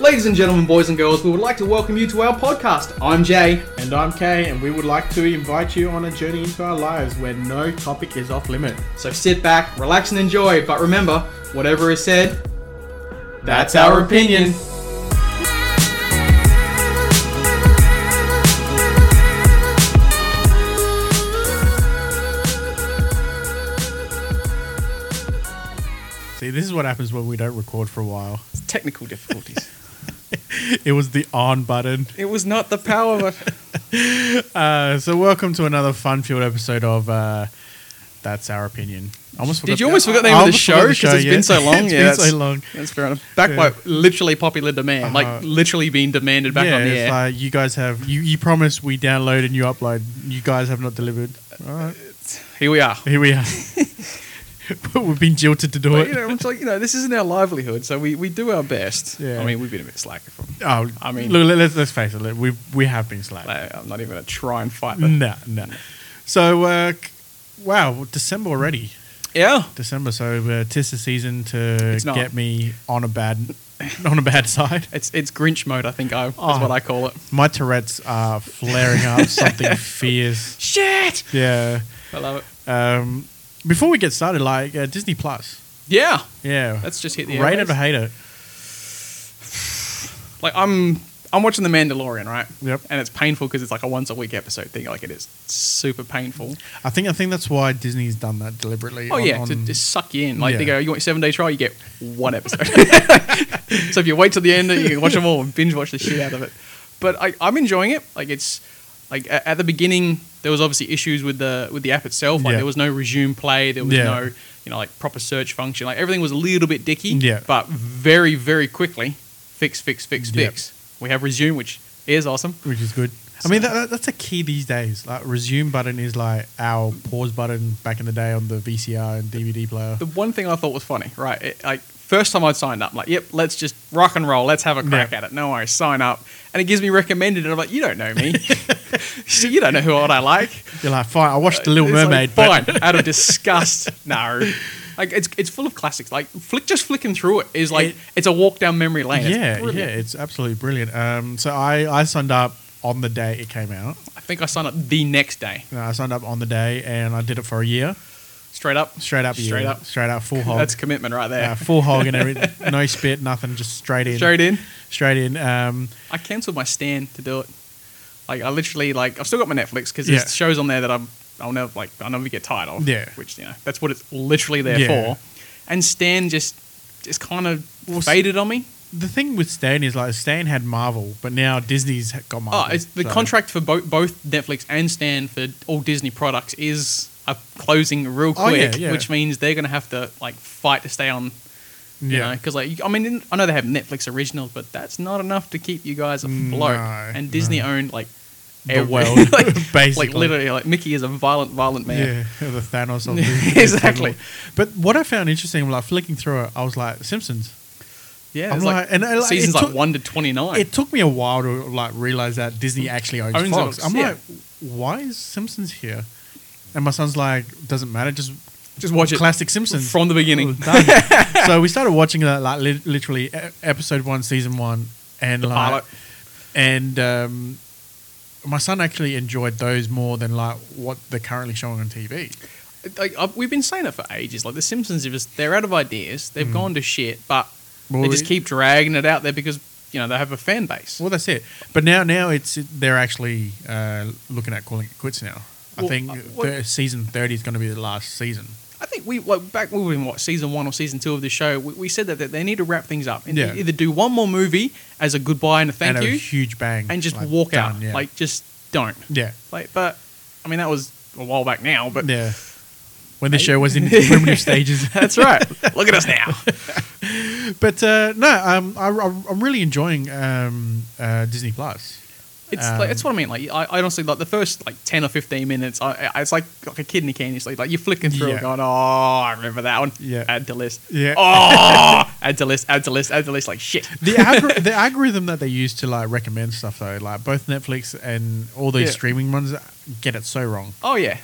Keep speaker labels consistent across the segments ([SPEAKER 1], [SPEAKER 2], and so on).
[SPEAKER 1] Ladies and gentlemen, boys and girls, we would like to welcome you to our podcast. I'm Jay.
[SPEAKER 2] And I'm Kay, and we would like to invite you on a journey into our lives where no topic is off limit.
[SPEAKER 1] So sit back, relax, and enjoy. But remember, whatever is said, that's our opinion.
[SPEAKER 2] See, this is what happens when we don't record for a while.
[SPEAKER 3] Technical difficulties.
[SPEAKER 2] It was the on button.
[SPEAKER 3] it was not the power. But
[SPEAKER 2] Uh, so, welcome to another fun filled episode of uh, That's Our Opinion. I Almost
[SPEAKER 3] Did
[SPEAKER 2] forgot-
[SPEAKER 3] you almost forget the
[SPEAKER 2] I
[SPEAKER 3] name of the
[SPEAKER 2] almost forgot
[SPEAKER 3] show? Because it's
[SPEAKER 2] yeah.
[SPEAKER 3] been so long.
[SPEAKER 2] It's
[SPEAKER 3] yeah,
[SPEAKER 2] been
[SPEAKER 3] that's-
[SPEAKER 2] so long.
[SPEAKER 3] That's fair enough. Back
[SPEAKER 2] Yeah.
[SPEAKER 3] by literally popular demand,
[SPEAKER 2] Uh-huh.
[SPEAKER 3] like literally being demanded back
[SPEAKER 2] yeah,
[SPEAKER 3] on the
[SPEAKER 2] it's
[SPEAKER 3] air.
[SPEAKER 2] like you guys have you, you promised we download and you upload. You guys have not delivered. All right,
[SPEAKER 3] Here we are.
[SPEAKER 2] here we are. We've been jilted to do
[SPEAKER 3] But,
[SPEAKER 2] it.
[SPEAKER 3] you know, it's like you know, this isn't our livelihood, so we, we do our best.
[SPEAKER 2] Yeah.
[SPEAKER 3] I mean, we've been a bit slacker from.
[SPEAKER 2] Oh,
[SPEAKER 3] I
[SPEAKER 2] I
[SPEAKER 3] mean-
[SPEAKER 2] mean, look, let- let's, let's face it. look, We we have been slapped.
[SPEAKER 3] Like, I'm not even gonna try and fight that.
[SPEAKER 2] No, no. So, uh, c- wow, well, December already.
[SPEAKER 3] Yeah.
[SPEAKER 2] December. So, uh, tis the season to
[SPEAKER 3] It's not.
[SPEAKER 2] get me on a bad, on a bad side.
[SPEAKER 3] It's it's Grinch mode. I think I is
[SPEAKER 2] Oh.
[SPEAKER 3] what I call it.
[SPEAKER 2] My Tourette's are flaring up. Something fierce.
[SPEAKER 3] Shit.
[SPEAKER 2] Yeah.
[SPEAKER 3] I love it.
[SPEAKER 2] Um, before we get started, like uh, Disney Plus.
[SPEAKER 3] Yeah.
[SPEAKER 2] Yeah.
[SPEAKER 3] Let's just hit the
[SPEAKER 2] Rate
[SPEAKER 3] airwaves.
[SPEAKER 2] it or hate it.
[SPEAKER 3] like I'm I'm watching The Mandalorian, right?
[SPEAKER 2] Yep.
[SPEAKER 3] And it's painful because it's like a once a week episode thing. Like it is super painful.
[SPEAKER 2] I think I think that's why Disney's done that deliberately.
[SPEAKER 3] Oh
[SPEAKER 2] on-
[SPEAKER 3] yeah, to
[SPEAKER 2] on-
[SPEAKER 3] just suck you in. Like they
[SPEAKER 2] Yeah.
[SPEAKER 3] go, you want your seven day trial, you get one episode. so if you wait till the end, you can watch them all and binge watch the shit out of it. But I, I'm enjoying it. Like it's like a- at the beginning, there was obviously issues with the with the app itself. Like
[SPEAKER 2] Yeah.
[SPEAKER 3] there was no resume play. There was
[SPEAKER 2] Yeah.
[SPEAKER 3] no you know like proper search function. Like everything was a little bit dicky.
[SPEAKER 2] Yeah.
[SPEAKER 3] But very very quickly, fix fix fix
[SPEAKER 2] Yep.
[SPEAKER 3] fix. We have resume, which is awesome.
[SPEAKER 2] which is good. I mean, that, that, that's a key these days. Like resume button is like our pause button back in the day on the VCR and DVD player.
[SPEAKER 3] the one thing I thought was funny, right? It, like first time I'd signed up, I'm like, yep, let's just rock and roll, let's have a crack
[SPEAKER 2] Yeah.
[SPEAKER 3] at it. No worries, sign up, and it gives me recommended, and I'm like, you don't know me, so you don't know who what I like.
[SPEAKER 2] You're like, fine, I watched the Little
[SPEAKER 3] Uh, It's like,
[SPEAKER 2] Mermaid. but
[SPEAKER 3] fine, out of disgust, no. Like it's it's full of classics. Like flick, just flicking through it is like
[SPEAKER 2] It-
[SPEAKER 3] it's a walk down memory lane. It's
[SPEAKER 2] yeah, yeah,
[SPEAKER 3] brilliant.
[SPEAKER 2] it's absolutely brilliant. Um, so I, I signed up on the day it came out.
[SPEAKER 3] I think I signed up the next day,
[SPEAKER 2] You know, I signed up on the day and I did it for a year,
[SPEAKER 3] straight up.
[SPEAKER 2] straight up, Oh. a
[SPEAKER 3] Straight
[SPEAKER 2] year,
[SPEAKER 3] up.
[SPEAKER 2] straight up, full hog,
[SPEAKER 3] That's commitment right there.
[SPEAKER 2] uh, full hog and everything, no spit, nothing, just straight in,
[SPEAKER 3] Straight in.
[SPEAKER 2] straight in. Um,
[SPEAKER 3] I cancelled my stand to do it. Like I literally like I've still got my Netflix because
[SPEAKER 2] Yeah.
[SPEAKER 3] there's shows on there that I'm I'll never like I'll never get tired of.
[SPEAKER 2] Yeah.
[SPEAKER 3] Which you know that's what it's literally there
[SPEAKER 2] Yeah.
[SPEAKER 3] for. And Stan just just kind of faded on me.
[SPEAKER 2] the thing with Stan is like Stan had Marvel, but now Disney's got Marvel.
[SPEAKER 3] Oh, it's the
[SPEAKER 2] so-
[SPEAKER 3] contract for both both Netflix and Stan for all Disney products is up closing real
[SPEAKER 2] Oh, yeah,
[SPEAKER 3] quick,
[SPEAKER 2] yeah.
[SPEAKER 3] which means they're gonna have to like fight to stay on. You
[SPEAKER 2] Yeah.
[SPEAKER 3] because like I mean I know they have Netflix originals, but that's not enough to keep you guys afloat.
[SPEAKER 2] Mm, No,
[SPEAKER 3] and Disney
[SPEAKER 2] no.
[SPEAKER 3] owned like
[SPEAKER 2] The
[SPEAKER 3] every-
[SPEAKER 2] world, basically.
[SPEAKER 3] like literally, like Mickey is a violent, violent man.
[SPEAKER 2] Yeah, the Thanos of
[SPEAKER 3] Yeah,
[SPEAKER 2] the-
[SPEAKER 3] exactly.
[SPEAKER 2] But what I found interesting, like flicking through it, I was like Simpsons.
[SPEAKER 3] Yeah,
[SPEAKER 2] I'm
[SPEAKER 3] it's
[SPEAKER 2] like- and, uh, like,
[SPEAKER 3] seasons
[SPEAKER 2] it
[SPEAKER 3] like
[SPEAKER 2] took-
[SPEAKER 3] one to twenty nine.
[SPEAKER 2] It took me a while to like realize that Disney actually owns,
[SPEAKER 3] Owns
[SPEAKER 2] Fox.
[SPEAKER 3] Fox,
[SPEAKER 2] I'm
[SPEAKER 3] yeah.
[SPEAKER 2] like, why is Simpsons here? And my son's like, doesn't matter, just
[SPEAKER 3] Just watch it
[SPEAKER 2] classic Simpsons
[SPEAKER 3] from the beginning.
[SPEAKER 2] Done. so we started watching that like li- literally e- episode one, season one, and like,
[SPEAKER 3] pilot.
[SPEAKER 2] and um, my son actually enjoyed those more than like what they're currently showing on TV.
[SPEAKER 3] Like i we've been saying it for ages. Like the Simpsons, are just they're out of ideas. They've gone to shit, but
[SPEAKER 2] Mm. Well,
[SPEAKER 3] they just
[SPEAKER 2] it-
[SPEAKER 3] keep dragging it out there because you know they have a fan base.
[SPEAKER 2] Well, that's it. But now, now it's they're actually uh, looking at calling it quits now.
[SPEAKER 3] Well,
[SPEAKER 2] I think
[SPEAKER 3] uh, what-
[SPEAKER 2] the season thirty is going to be the last season.
[SPEAKER 3] I think we like back when we were in what season one or season two of the show. We, we said that, that they need to wrap things up and
[SPEAKER 2] Yeah.
[SPEAKER 3] either do one more movie as a goodbye and a thank
[SPEAKER 2] and
[SPEAKER 3] you,
[SPEAKER 2] a huge bang,
[SPEAKER 3] and just
[SPEAKER 2] like,
[SPEAKER 3] walk
[SPEAKER 2] done,
[SPEAKER 3] out.
[SPEAKER 2] yeah.
[SPEAKER 3] Like just don't.
[SPEAKER 2] yeah,
[SPEAKER 3] Like, but I mean that was a while back now. But
[SPEAKER 2] yeah. When the show was in its primitive stages.
[SPEAKER 3] That's right. Look at us now.
[SPEAKER 2] But uh, no, um, I, I- I'm really enjoying um, uh, Disney Plus.
[SPEAKER 3] It's
[SPEAKER 2] Um,
[SPEAKER 3] like that's what I mean. Like I, I honestly like the first like ten or fifteen minutes. I, I it's like like a kidney candy. It's like, like you're flicking through
[SPEAKER 2] Yeah.
[SPEAKER 3] and going, oh, I remember that one.
[SPEAKER 2] Yeah.
[SPEAKER 3] Add to list.
[SPEAKER 2] Yeah.
[SPEAKER 3] Oh, add to list. Add to list. Add to list. Like shit.
[SPEAKER 2] The, algor- the algorithm that they use to like recommend stuff though, like both Netflix and all those
[SPEAKER 3] Yeah.
[SPEAKER 2] streaming ones, get it so wrong.
[SPEAKER 3] Oh yeah.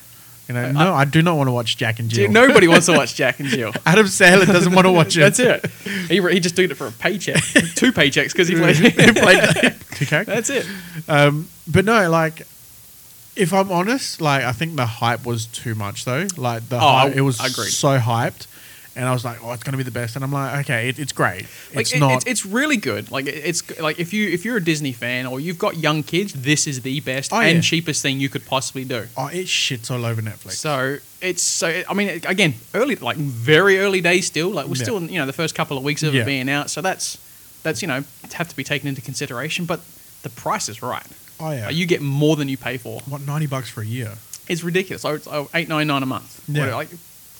[SPEAKER 2] You know, no, I do not want to watch Jack and Jill.
[SPEAKER 3] Dude, nobody wants to watch Jack and Jill.
[SPEAKER 2] Adam Sandler doesn't want to watch it.
[SPEAKER 3] That's it. He, he just did it for a paycheck, two paychecks because he
[SPEAKER 2] He
[SPEAKER 3] played.
[SPEAKER 2] played two
[SPEAKER 3] That's
[SPEAKER 2] characters.
[SPEAKER 3] it.
[SPEAKER 2] Um, but no, like, if I'm honest, like, I think the hype was too much though. Like, the
[SPEAKER 3] I-
[SPEAKER 2] hype, it was
[SPEAKER 3] Oh, agreed.
[SPEAKER 2] so hyped, and I was like, oh, it's gonna be the best. And I'm like, okay, it, it's great.
[SPEAKER 3] Like,
[SPEAKER 2] it's
[SPEAKER 3] it-
[SPEAKER 2] not.
[SPEAKER 3] It's, it's really good. Like it- it's like if you if you're a Disney fan or you've got young kids, this is the best
[SPEAKER 2] Oh,
[SPEAKER 3] and
[SPEAKER 2] yeah.
[SPEAKER 3] cheapest thing you could possibly do.
[SPEAKER 2] oh, it shits all over Netflix.
[SPEAKER 3] So it's so I mean again early like very early days still like we're
[SPEAKER 2] Yeah.
[SPEAKER 3] still in you know the first couple of weeks of
[SPEAKER 2] Yeah.
[SPEAKER 3] it being out so that's that's you know have to be taken into consideration but the price is right
[SPEAKER 2] oh yeah,
[SPEAKER 3] Like, you get more than you pay for
[SPEAKER 2] what ninety bucks for a year,
[SPEAKER 3] it's ridiculous like, it's like eight nine nine a month
[SPEAKER 2] Yeah.
[SPEAKER 3] What, like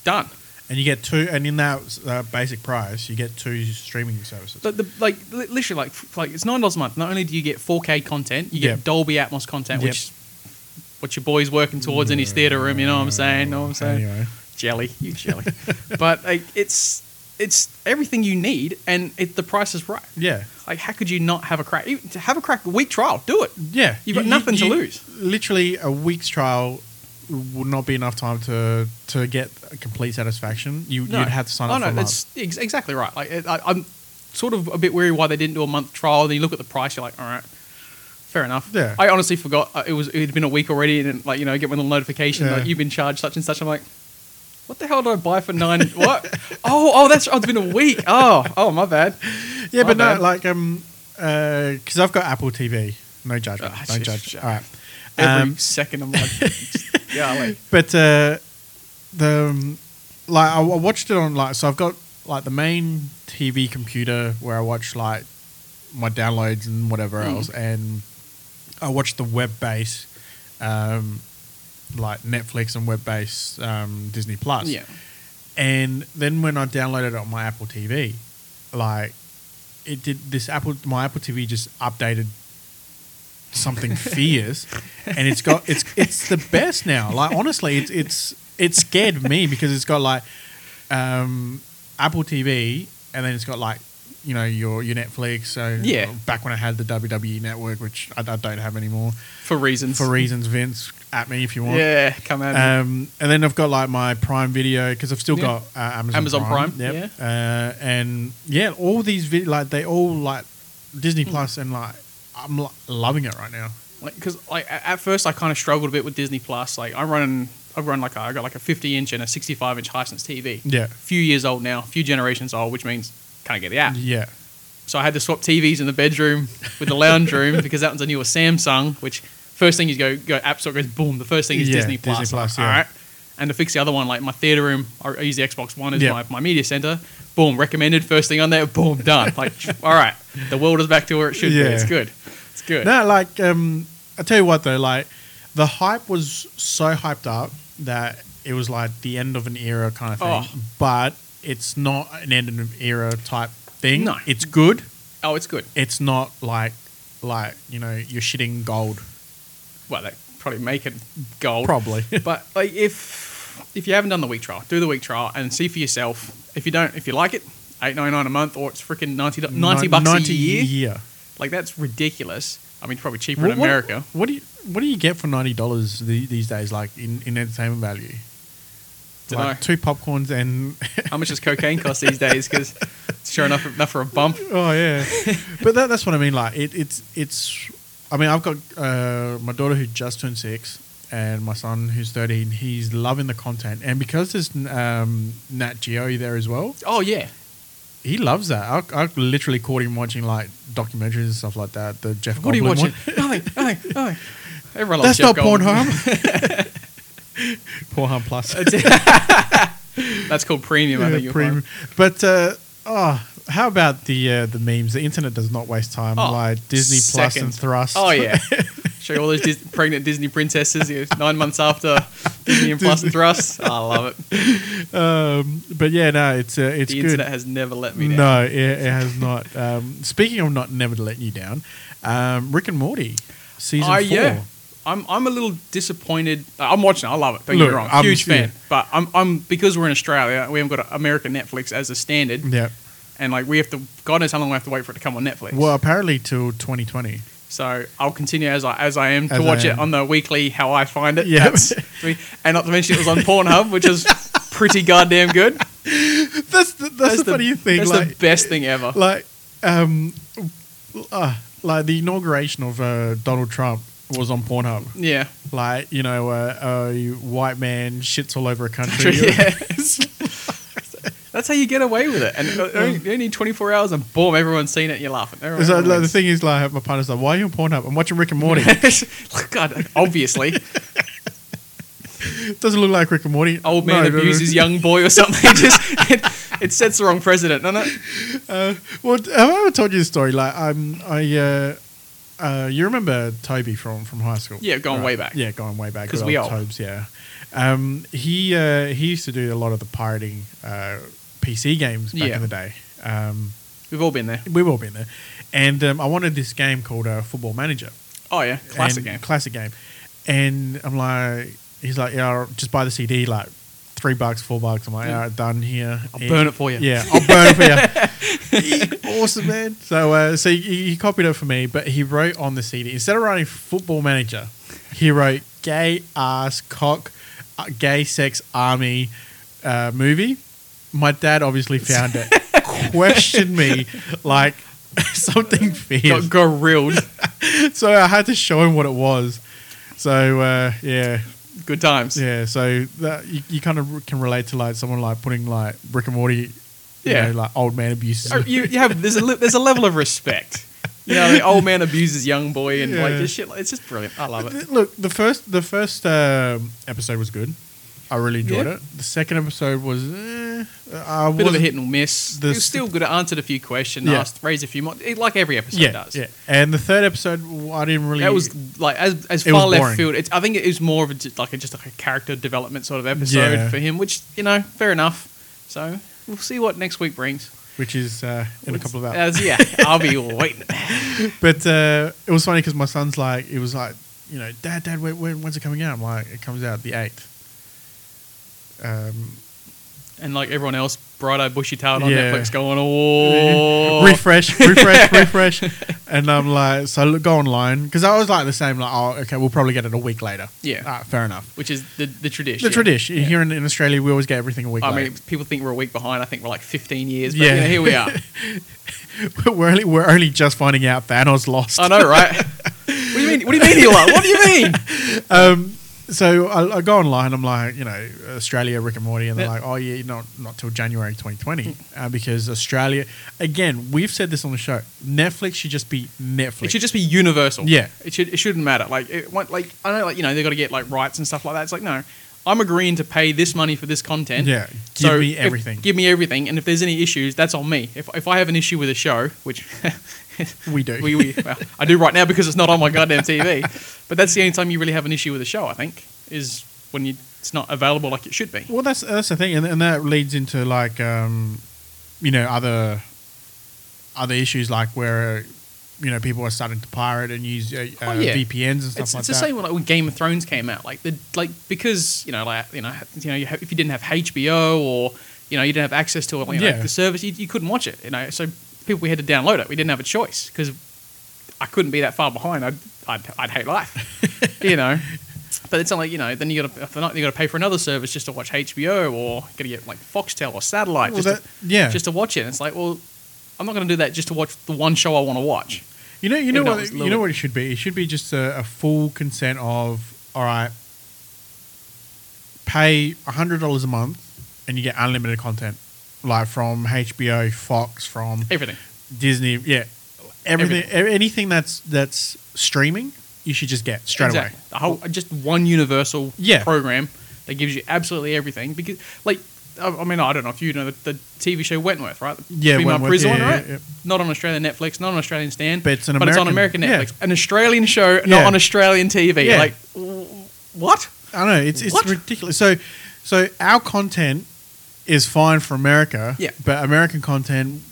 [SPEAKER 3] done
[SPEAKER 2] and you get two, and in that uh, basic price, you get two streaming services.
[SPEAKER 3] But the, like li- literally like f- like it's nine dollars a month not only do you get 4K content you get
[SPEAKER 2] Yep.
[SPEAKER 3] Dolby Atmos content
[SPEAKER 2] Yep.
[SPEAKER 3] which is what your boy's working towards in his theater room you know what I'm saying know what I'm saying
[SPEAKER 2] Anyway,
[SPEAKER 3] jelly, you jelly. but like, it's it's everything you need, and it, the price is right.
[SPEAKER 2] yeah,
[SPEAKER 3] Like, how could you not have a crack? Even to have a crack, a week trial, do it.
[SPEAKER 2] yeah.
[SPEAKER 3] You've got nothing to lose.
[SPEAKER 2] Literally, a week's trial would not be enough time to to get complete satisfaction. You you'd have to sign
[SPEAKER 3] oh,
[SPEAKER 2] up
[SPEAKER 3] no,
[SPEAKER 2] for a month.
[SPEAKER 3] that's ex- exactly right. Like, it, I, I'm sort of a bit weary why they didn't do a month trial. Then you look at the price, you're like, all right. Fair enough.
[SPEAKER 2] Yeah.
[SPEAKER 3] I honestly forgot uh, it was it had been a week already, and like you know, I get my little notification
[SPEAKER 2] Yeah.
[SPEAKER 3] that you've been charged such and such. I'm like, what the hell did I buy for nine? what? Oh, oh, that's oh, it's been a week. Oh, oh, my bad.
[SPEAKER 2] Yeah,
[SPEAKER 3] My
[SPEAKER 2] but
[SPEAKER 3] bad.
[SPEAKER 2] no, like um, because I've got Apple TV. No judgment.
[SPEAKER 3] Ah,
[SPEAKER 2] no
[SPEAKER 3] shit,
[SPEAKER 2] judgment.
[SPEAKER 3] shit.
[SPEAKER 2] All right.
[SPEAKER 3] Every
[SPEAKER 2] Um,
[SPEAKER 3] second I'm like, yeah, like
[SPEAKER 2] but uh, the um, like I, I watched it on like so I've got like the main TV computer where I watch like my downloads and whatever else, and I watch the web based um, like Netflix and web based um, Disney Plus.
[SPEAKER 3] Yeah.
[SPEAKER 2] And then when I downloaded it on my Apple TV, like it did this Apple my Apple TV just updated something fierce and it's got it's it's the best now. Like honestly, it's it's it scared me because it's got like um Apple TV and then it's got like you know your your Netflix. So
[SPEAKER 3] Yeah.
[SPEAKER 2] back when I had the WWE network, which I, I don't have anymore
[SPEAKER 3] for reasons.
[SPEAKER 2] for reasons. Vince, at me if you want.
[SPEAKER 3] Yeah, come out.
[SPEAKER 2] Um, and then I've got like my Prime Video because I've still
[SPEAKER 3] Yeah.
[SPEAKER 2] got uh, Amazon,
[SPEAKER 3] Amazon Prime,
[SPEAKER 2] Yep. Uh, and yeah, all these vid- like they all like Disney
[SPEAKER 3] Hmm.
[SPEAKER 2] Plus and like I'm lo- loving it right now.
[SPEAKER 3] because like, a- at first I kind of struggled a bit with Disney Plus. Like I'm running, I run like a, I got like a 50 inch and a 65 inch Hisense TV.
[SPEAKER 2] Yeah.
[SPEAKER 3] few years old now, few generations old, which means can't get the app.
[SPEAKER 2] Yeah,
[SPEAKER 3] So I had to swap TVs in the bedroom with the lounge room because that one's a newer Samsung, which first thing you go go app store goes boom. The first thing is
[SPEAKER 2] Yeah,
[SPEAKER 3] Disney Plus.
[SPEAKER 2] Disney Plus,
[SPEAKER 3] All
[SPEAKER 2] yeah.
[SPEAKER 3] right. And to fix the other one, like my theater room, I I use the Xbox One as
[SPEAKER 2] Yeah.
[SPEAKER 3] my, my media center. Boom, recommended. First thing on there, boom, done. Like, all right, the world is back to where it should be.
[SPEAKER 2] Yeah.
[SPEAKER 3] It's good. It's good.
[SPEAKER 2] no, like um, I tell you what though, like the hype was so hyped up that it was like the end of an era kind of thing.
[SPEAKER 3] Oh.
[SPEAKER 2] But it's not an end of an era type thing.
[SPEAKER 3] No.
[SPEAKER 2] it's good.
[SPEAKER 3] Oh, it's good.
[SPEAKER 2] It's not like like you know you're shitting gold.
[SPEAKER 3] Well, they probably make it gold.
[SPEAKER 2] Probably.
[SPEAKER 3] but like if if you haven't done the week trial, do the week trial and see for yourself. If you don't, if you like it, eight ninety nine a month, or it's freaking 90, do- 90 bucks a year. Like that's ridiculous. I mean, probably cheaper
[SPEAKER 2] What,
[SPEAKER 3] in
[SPEAKER 2] what-
[SPEAKER 3] America.
[SPEAKER 2] What, do you what do you get for ninety dollars these days? Like in, in entertainment value,
[SPEAKER 3] Dunno.
[SPEAKER 2] like two popcorns and
[SPEAKER 3] How much does cocaine cost these days? Because sure enough, enough for a bump.
[SPEAKER 2] oh yeah. but that, that's what I mean. Like it, it's it's. I mean, I've got uh, my daughter who just turned six and my son who's thirteen. He's loving the content, and because there's um, Nat Geo there as well,
[SPEAKER 3] Oh yeah,
[SPEAKER 2] he loves that. I, I literally caught him watching like documentaries and stuff like that. The Jeff.
[SPEAKER 3] what are you
[SPEAKER 2] Goldblum
[SPEAKER 3] watching?
[SPEAKER 2] one.
[SPEAKER 3] nothing, nothing, nothing. Everyone loves
[SPEAKER 2] That's not
[SPEAKER 3] Jeff Goldblum.
[SPEAKER 2] Pornhub. Pornhub Plus.
[SPEAKER 3] That's called premium. I think
[SPEAKER 2] Yeah,
[SPEAKER 3] you'll
[SPEAKER 2] premium.
[SPEAKER 3] find.
[SPEAKER 2] But uh, oh, how about the uh, the memes? The internet does not waste time.
[SPEAKER 3] Oh,
[SPEAKER 2] like Disney Plus
[SPEAKER 3] second.
[SPEAKER 2] and Thrust.
[SPEAKER 3] Oh yeah, show you all those Dis- pregnant Disney princesses you know, nine months after Disney and Plus and Thrust. I love it.
[SPEAKER 2] um, but yeah, no, it's uh, it's
[SPEAKER 3] The
[SPEAKER 2] good.
[SPEAKER 3] internet has never let me down.
[SPEAKER 2] No, it, it has not. Um, speaking of not never to let you down, um, Rick and Morty season
[SPEAKER 3] I-
[SPEAKER 2] four.
[SPEAKER 3] Oh, yeah. I'm I'm a little disappointed. I'm watching. it. I love it. Don't get
[SPEAKER 2] Look,
[SPEAKER 3] me wrong.
[SPEAKER 2] I'm-
[SPEAKER 3] Huge fan.
[SPEAKER 2] yeah.
[SPEAKER 3] But I'm I'm because we're in Australia, we haven't got American Netflix as a standard,
[SPEAKER 2] Yeah.
[SPEAKER 3] and like we have to. God knows how long we have to wait for it to come on Netflix.
[SPEAKER 2] Well, apparently till 2020.
[SPEAKER 3] So I'll continue as I as I am to
[SPEAKER 2] As I
[SPEAKER 3] watch it
[SPEAKER 2] am.
[SPEAKER 3] on the weekly how I find it.
[SPEAKER 2] Yeah.
[SPEAKER 3] That's me. and not to mention it was on Pornhub, which is pretty goddamn good. That's,
[SPEAKER 2] That's the, that's, the, funny thing.
[SPEAKER 3] That's
[SPEAKER 2] Like,
[SPEAKER 3] the best thing ever.
[SPEAKER 2] like, um, uh, like the inauguration of uh, Donald Trump was on Pornhub.
[SPEAKER 3] yeah.
[SPEAKER 2] Like, you know, uh, a white man shits all over a country.
[SPEAKER 3] yeah. That's how you get away with it, and it only- you only twenty four hours, and boom, everyone's seen it. and You're laughing. Everyone,
[SPEAKER 2] So, like,
[SPEAKER 3] everyone
[SPEAKER 2] the thing is, like, my partner's like, "Why are you on Pornhub?" I'm watching Rick and Morty.
[SPEAKER 3] wins. God, obviously,
[SPEAKER 2] It doesn't look like Rick and Morty.
[SPEAKER 3] old man
[SPEAKER 2] No, no, no.
[SPEAKER 3] abuses young boy or something. Just it, it sets the wrong precedent, doesn't it?
[SPEAKER 2] Well, have I ever told you this story? Like, um, I, uh, uh, you remember Toby from from high school?
[SPEAKER 3] Yeah, going way back.
[SPEAKER 2] Yeah, going way back.
[SPEAKER 3] 'Cause
[SPEAKER 2] Good
[SPEAKER 3] we
[SPEAKER 2] old
[SPEAKER 3] old.
[SPEAKER 2] Tobes, yeah. Um, he uh, he used to do a lot of the pirating uh, PC games back
[SPEAKER 3] Yeah.
[SPEAKER 2] in the day. Um,
[SPEAKER 3] We've all been there.
[SPEAKER 2] we've all been there, and um, I wanted this game called uh, Football Manager.
[SPEAKER 3] Oh yeah, classic
[SPEAKER 2] and-
[SPEAKER 3] game.
[SPEAKER 2] Classic game. And I'm like, he's like, yeah, I'll just buy the CD, like three bucks, four bucks. I'm like,
[SPEAKER 3] Yeah.
[SPEAKER 2] all right, done here. I'll
[SPEAKER 3] burn it for you.
[SPEAKER 2] Yeah, I'll burn it for you. awesome, man. So, uh, so he, he copied it for me, but he wrote on the CD instead of writing football manager, he wrote gay ass cock, uh, gay sex army uh, movie. My dad obviously found it, questioned me like something fierce
[SPEAKER 3] Got, got reeled.
[SPEAKER 2] so I had to show him what it was. So uh, yeah,
[SPEAKER 3] Good times.
[SPEAKER 2] yeah. So that you, you kind of can relate to like someone like putting like Rick and Morty, you
[SPEAKER 3] Yeah.
[SPEAKER 2] know, like old man abuse.
[SPEAKER 3] Oh, you, you have there's a li- there's a level of respect. You know, the old man abuses young boy and like
[SPEAKER 2] Yeah.
[SPEAKER 3] this shit. Like, it's just brilliant. I love it.
[SPEAKER 2] Look, the first the first um, episode was good. I really enjoyed
[SPEAKER 3] Yeah.
[SPEAKER 2] it. The second episode was eh, I
[SPEAKER 3] Bit of a
[SPEAKER 2] wasn't-
[SPEAKER 3] hit and miss.
[SPEAKER 2] the
[SPEAKER 3] He was
[SPEAKER 2] s-
[SPEAKER 3] still good. at answered a few questions,
[SPEAKER 2] Yeah.
[SPEAKER 3] asked, raised a few more, it- like every episode
[SPEAKER 2] Yeah,
[SPEAKER 3] does.
[SPEAKER 2] yeah. And the third episode, w- I didn't really.
[SPEAKER 3] That was like as, as
[SPEAKER 2] It
[SPEAKER 3] far
[SPEAKER 2] was
[SPEAKER 3] left
[SPEAKER 2] boring.
[SPEAKER 3] field. It's, I think it is more of a, just like a, just like a character development sort of episode
[SPEAKER 2] Yeah.
[SPEAKER 3] for him, which you know, fair enough. So we'll see what next week brings.
[SPEAKER 2] which is uh, in a couple of hours.
[SPEAKER 3] As- yeah, I'll be waiting.
[SPEAKER 2] But uh, it was funny because my son's like, it was like, you know, Dad, Dad, when, when, when's it coming out? I'm like, it comes out the eighth. Um,
[SPEAKER 3] And like everyone else, bright eyed, bushy tailed on
[SPEAKER 2] Yeah.
[SPEAKER 3] Netflix, going, oh,
[SPEAKER 2] refresh, refresh, refresh, and I'm like, so look, go online because I was like the same, like, oh, okay, we'll probably get it a week later.
[SPEAKER 3] Yeah.
[SPEAKER 2] Ah, fair enough.
[SPEAKER 3] which is the the
[SPEAKER 2] The
[SPEAKER 3] tradition.
[SPEAKER 2] tradition here in, in Australia, we always get everything a week.
[SPEAKER 3] I
[SPEAKER 2] later.
[SPEAKER 3] mean, people think we're a week behind. I think we're like 15 years, but
[SPEAKER 2] Yeah.
[SPEAKER 3] you know, here we are.
[SPEAKER 2] we're only we're only just finding out Thanos lost.
[SPEAKER 3] I know, right? What do you mean? What do you mean you are? What do you mean?
[SPEAKER 2] Um, So I, I go online. I'm like, you know, Australia, Rick and Morty, and they're
[SPEAKER 3] Yeah. Hmm.
[SPEAKER 2] like, oh yeah, not not till January 2020, uh, because Australia. Again, we've said this on the show. Netflix should just be Netflix.
[SPEAKER 3] It should just be universal.
[SPEAKER 2] Yeah.
[SPEAKER 3] It should. It shouldn't matter. Like, it, won't- like I know, like you know, they got to get like rights and stuff like that. It's like no, I'm agreeing to pay this money for this content.
[SPEAKER 2] Yeah. Give me
[SPEAKER 3] if-
[SPEAKER 2] everything.
[SPEAKER 3] give me everything. And if there's any issues, that's on me. If if I have an issue with a show, which
[SPEAKER 2] we do.
[SPEAKER 3] we, we well, I do right now because it's not on my goddamn TV. But that's the only time you really have an issue with a show. I think is when you it's not available like it should be.
[SPEAKER 2] Well, that's that's the thing, and, and that leads into like, um, you know, other other issues like where, you know, people are starting to pirate and use uh, uh,
[SPEAKER 3] Oh, yeah.
[SPEAKER 2] VPNs and stuff
[SPEAKER 3] it's,
[SPEAKER 2] like
[SPEAKER 3] it's
[SPEAKER 2] that.
[SPEAKER 3] the same when, like, when Game of Thrones came out. Like the like because you know like you know you know you have, if you didn't have HBO or you know you didn't have access to you know,
[SPEAKER 2] Yeah.
[SPEAKER 3] the service, you, you couldn't watch it. You know, so people we had to download it. We didn't have a choice because I couldn't be that far behind. I'd I'd, I'd hate life. you know. But it's not like you know. Then you got to if they're not, you got to pay for another service just to watch HBO or got to get like Foxtel or satellite
[SPEAKER 2] Well,
[SPEAKER 3] just
[SPEAKER 2] that-
[SPEAKER 3] to,
[SPEAKER 2] yeah.
[SPEAKER 3] just to watch it. And it's like, well, I'm not going to do that just to watch the one show I want to watch.
[SPEAKER 2] You know, you know
[SPEAKER 3] Even though
[SPEAKER 2] what
[SPEAKER 3] it's
[SPEAKER 2] you know
[SPEAKER 3] little.
[SPEAKER 2] what it should be. It should be just a, a full consent of all right. Pay hundred dollars a month, and you get unlimited content, like from HBO, Fox, from
[SPEAKER 3] Everything.
[SPEAKER 2] Disney. Yeah, everything, e- anything that's that's streaming, you should just get straight
[SPEAKER 3] Exactly. The whole, just one universal
[SPEAKER 2] Yeah.
[SPEAKER 3] program that gives you absolutely everything. Because, like, I, I mean, I don't know if you know the, the TV show Wentworth, right? The
[SPEAKER 2] Yeah,
[SPEAKER 3] female
[SPEAKER 2] Wentworth,
[SPEAKER 3] prison
[SPEAKER 2] yeah,
[SPEAKER 3] one,
[SPEAKER 2] yeah,
[SPEAKER 3] right?
[SPEAKER 2] yeah, yeah.
[SPEAKER 3] Not on Australian Netflix, not on Australian stand,
[SPEAKER 2] But it's an
[SPEAKER 3] on
[SPEAKER 2] American-
[SPEAKER 3] American
[SPEAKER 2] yeah.
[SPEAKER 3] Netflix, an Australian show,
[SPEAKER 2] Yeah.
[SPEAKER 3] not on Australian TV.
[SPEAKER 2] Yeah.
[SPEAKER 3] Like, w- what?
[SPEAKER 2] away. I don't know it's it's
[SPEAKER 3] What?
[SPEAKER 2] ridiculous. So, so our content is fine for America.
[SPEAKER 3] Yeah.
[SPEAKER 2] but American content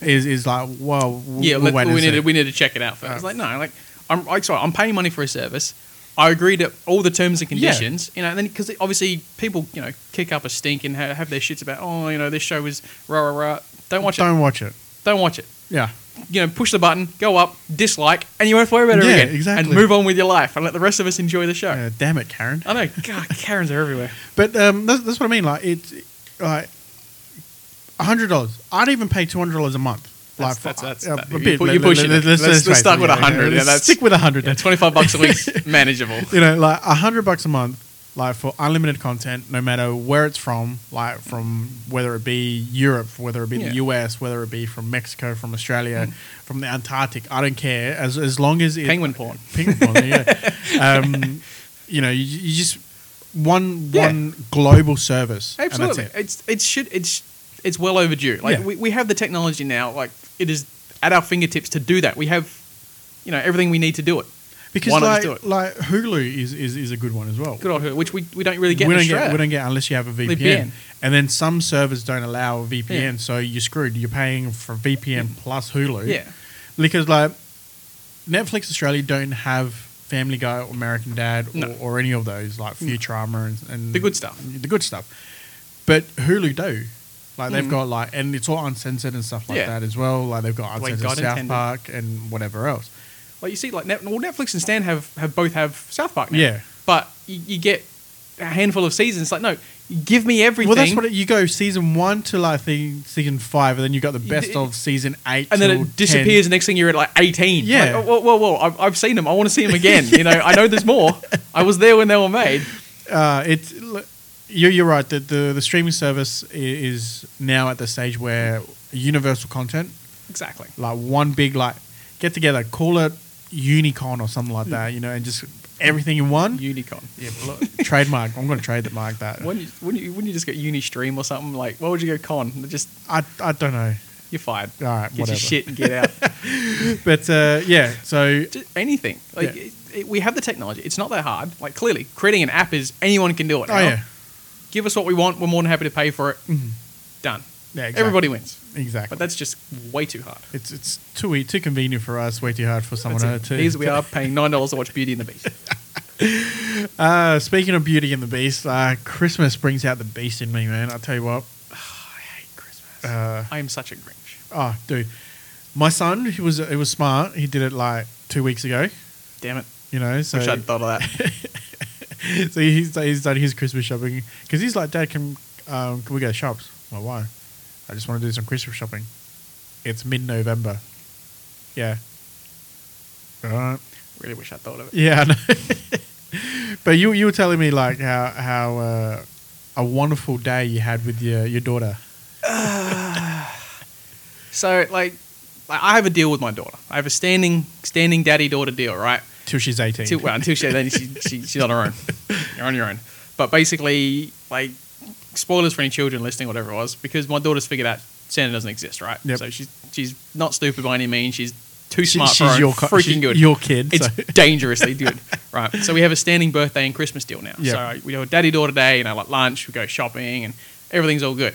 [SPEAKER 2] is is like whoa. w-
[SPEAKER 3] yeah,
[SPEAKER 2] we'll
[SPEAKER 3] let,
[SPEAKER 2] wait
[SPEAKER 3] we
[SPEAKER 2] and
[SPEAKER 3] need
[SPEAKER 2] see.
[SPEAKER 3] to, we need to check it out first.
[SPEAKER 2] Uh,
[SPEAKER 3] It's like no, like I'm like sorry, I'm paying money for a service. I agree to all the terms and
[SPEAKER 2] Yeah.
[SPEAKER 3] conditions, you know. And then because obviously people, you know, kick up a stink and have, have their shits about, oh, you know, this show is rah rah rah. Don't watch
[SPEAKER 2] Don't watch it.
[SPEAKER 3] it. Don't watch it.
[SPEAKER 2] Yeah.
[SPEAKER 3] you know, push the button, go up, dislike, and you won't worry about it
[SPEAKER 2] Yeah,
[SPEAKER 3] again.
[SPEAKER 2] exactly.
[SPEAKER 3] And move on with your life and let the rest of us enjoy the show.
[SPEAKER 2] Uh, damn it, Karen.
[SPEAKER 3] I know. God, Karens are everywhere.
[SPEAKER 2] But um, that's, that's what I mean. Like it's like hundred dollars. I'd even pay two hundred dollars a month.
[SPEAKER 3] That's-
[SPEAKER 2] like
[SPEAKER 3] that's- that's-
[SPEAKER 2] uh,
[SPEAKER 3] that-
[SPEAKER 2] a
[SPEAKER 3] you
[SPEAKER 2] bit.
[SPEAKER 3] put-
[SPEAKER 2] Let-
[SPEAKER 3] you're pushing
[SPEAKER 2] let-
[SPEAKER 3] it. Let's-
[SPEAKER 2] face
[SPEAKER 3] let's start
[SPEAKER 2] it.
[SPEAKER 3] with 100. Yeah,
[SPEAKER 2] let's
[SPEAKER 3] that's-
[SPEAKER 2] stick with hundred.
[SPEAKER 3] Yeah, 25 bucks a week's manageable.
[SPEAKER 2] you know, like a hundred bucks a month, like for unlimited content, no matter where it's from, like from whether it be Europe, whether it be
[SPEAKER 3] Yeah. Mm.
[SPEAKER 2] the US, whether it be from Mexico, from Australia, from the Antarctic, I don't care. As as long as it,
[SPEAKER 3] Penguin porn.
[SPEAKER 2] penguin porn, yeah. Um, you know, you, you just one
[SPEAKER 3] Yeah.
[SPEAKER 2] one global service. and that's
[SPEAKER 3] Absolutely.
[SPEAKER 2] it.
[SPEAKER 3] It's it should it's it's well overdue. Like
[SPEAKER 2] Yeah.
[SPEAKER 3] we, we have the technology now, like it is at our fingertips to do that. We have you know everything we need to do it.
[SPEAKER 2] Because
[SPEAKER 3] Why not
[SPEAKER 2] like
[SPEAKER 3] just do it?
[SPEAKER 2] like Hulu is, is is a good one as well.
[SPEAKER 3] Good old her, which we, we don't really get
[SPEAKER 2] we
[SPEAKER 3] in
[SPEAKER 2] don't
[SPEAKER 3] Australia.
[SPEAKER 2] get we don't get unless you have a VPN.
[SPEAKER 3] VPN.
[SPEAKER 2] And then some servers don't allow a VPN,
[SPEAKER 3] Yeah.
[SPEAKER 2] so you're screwed. You're paying for VPN plus Hulu.
[SPEAKER 3] Yeah.
[SPEAKER 2] Because like Netflix Australia don't have Family Guy or American Dad
[SPEAKER 3] No.
[SPEAKER 2] or, or any of those like Futurama and, and
[SPEAKER 3] The good stuff.
[SPEAKER 2] The good stuff. But Hulu do. Like they've
[SPEAKER 3] Mm.
[SPEAKER 2] got like and it's all uncensored and stuff like
[SPEAKER 3] Yeah.
[SPEAKER 2] that as well. Like they've got
[SPEAKER 3] Like
[SPEAKER 2] uncensored
[SPEAKER 3] God
[SPEAKER 2] South
[SPEAKER 3] intended.
[SPEAKER 2] Park and whatever else.
[SPEAKER 3] like you see, like Net, well, Netflix and Stan have, have both have South Park now.
[SPEAKER 2] Yeah.
[SPEAKER 3] But you, you get a handful of seasons. It's like, no, give me everything.
[SPEAKER 2] Well, that's what it, you go season one to like the, season five, and then you got the best
[SPEAKER 3] d-
[SPEAKER 2] of season eight,
[SPEAKER 3] and then
[SPEAKER 2] till
[SPEAKER 3] it disappears. The next thing you're at like 18.
[SPEAKER 2] Yeah.
[SPEAKER 3] Like, whoa, whoa, whoa. I've, I've seen them. I want to see them again. You know, I know there's more. I was there when they were made.
[SPEAKER 2] 10. Uh, it's l- you're, you're right. The, the the streaming service i- is now at the stage where universal content,
[SPEAKER 3] Exactly.
[SPEAKER 2] like one big like get together, call it Unicon or something
[SPEAKER 3] Mm.
[SPEAKER 2] like that, you know, and just everything in one.
[SPEAKER 3] Unicon.
[SPEAKER 2] yeah, well, look, trademark. I'm going to trademark that.
[SPEAKER 3] Wouldn't you, wouldn't, you, wouldn't you just get Unistream or something? Like, why would you go con? They're Just
[SPEAKER 2] I I don't know,
[SPEAKER 3] you're fired.
[SPEAKER 2] All right,
[SPEAKER 3] get your
[SPEAKER 2] whatever.
[SPEAKER 3] shit and get out.
[SPEAKER 2] but uh, yeah. So
[SPEAKER 3] Just anything. Like
[SPEAKER 2] Yeah.
[SPEAKER 3] it, it, we have the technology. It's not that hard. Like clearly, creating an app is anyone can do it.
[SPEAKER 2] oh
[SPEAKER 3] now.
[SPEAKER 2] yeah, Mm-hmm.
[SPEAKER 3] Give us what we want. We're more than happy to pay for it. Done.
[SPEAKER 2] Yeah, exactly.
[SPEAKER 3] Everybody wins.
[SPEAKER 2] exactly.
[SPEAKER 3] But that's just way too hard.
[SPEAKER 2] It's it's too e- too convenient for us, way too hard for someone
[SPEAKER 3] That's it.
[SPEAKER 2] else. to-
[SPEAKER 3] These we are paying nine dollars to watch Beauty and the Beast.
[SPEAKER 2] Uh, speaking of Beauty and the Beast, uh, Christmas brings out the beast in me, man. I tell you what.
[SPEAKER 3] Oh, I hate Christmas.
[SPEAKER 2] Uh,
[SPEAKER 3] I am such a Grinch.
[SPEAKER 2] oh, dude, my son, he was he was smart. He did it like two weeks ago,
[SPEAKER 3] Damn it.
[SPEAKER 2] you know. So
[SPEAKER 3] Wish I'd thought of that.
[SPEAKER 2] so he's he's done his Christmas shopping because he's like, Dad, can um, can we go to shops? Well, why? I just want to do some Christmas shopping. It's mid November. Yeah. All right.
[SPEAKER 3] really wish I'd thought of it.
[SPEAKER 2] Yeah, I know. but you you were telling me like how how uh, a wonderful day you had with your your daughter.
[SPEAKER 3] So like, like I have a deal with my daughter. I have a standing standing daddy daughter deal, right?
[SPEAKER 2] Till she's eighteen.
[SPEAKER 3] Till, well, until she then she, she she's on her own. You're on your own. But basically, like spoilers for any children listening, whatever it was, because my daughter's figured out Santa doesn't exist, right?
[SPEAKER 2] Yep.
[SPEAKER 3] So she's she's not stupid by any means. She's too
[SPEAKER 2] She-
[SPEAKER 3] smart for
[SPEAKER 2] she's
[SPEAKER 3] her
[SPEAKER 2] your
[SPEAKER 3] own
[SPEAKER 2] co-
[SPEAKER 3] freaking
[SPEAKER 2] she's
[SPEAKER 3] good.
[SPEAKER 2] your kid,
[SPEAKER 3] It's
[SPEAKER 2] so-
[SPEAKER 3] dangerously good, right? So we have a standing birthday and Christmas deal now.
[SPEAKER 2] Yep.
[SPEAKER 3] So I- we do a daddy daughter day, you know, like lunch. We go shopping, and everything's all good.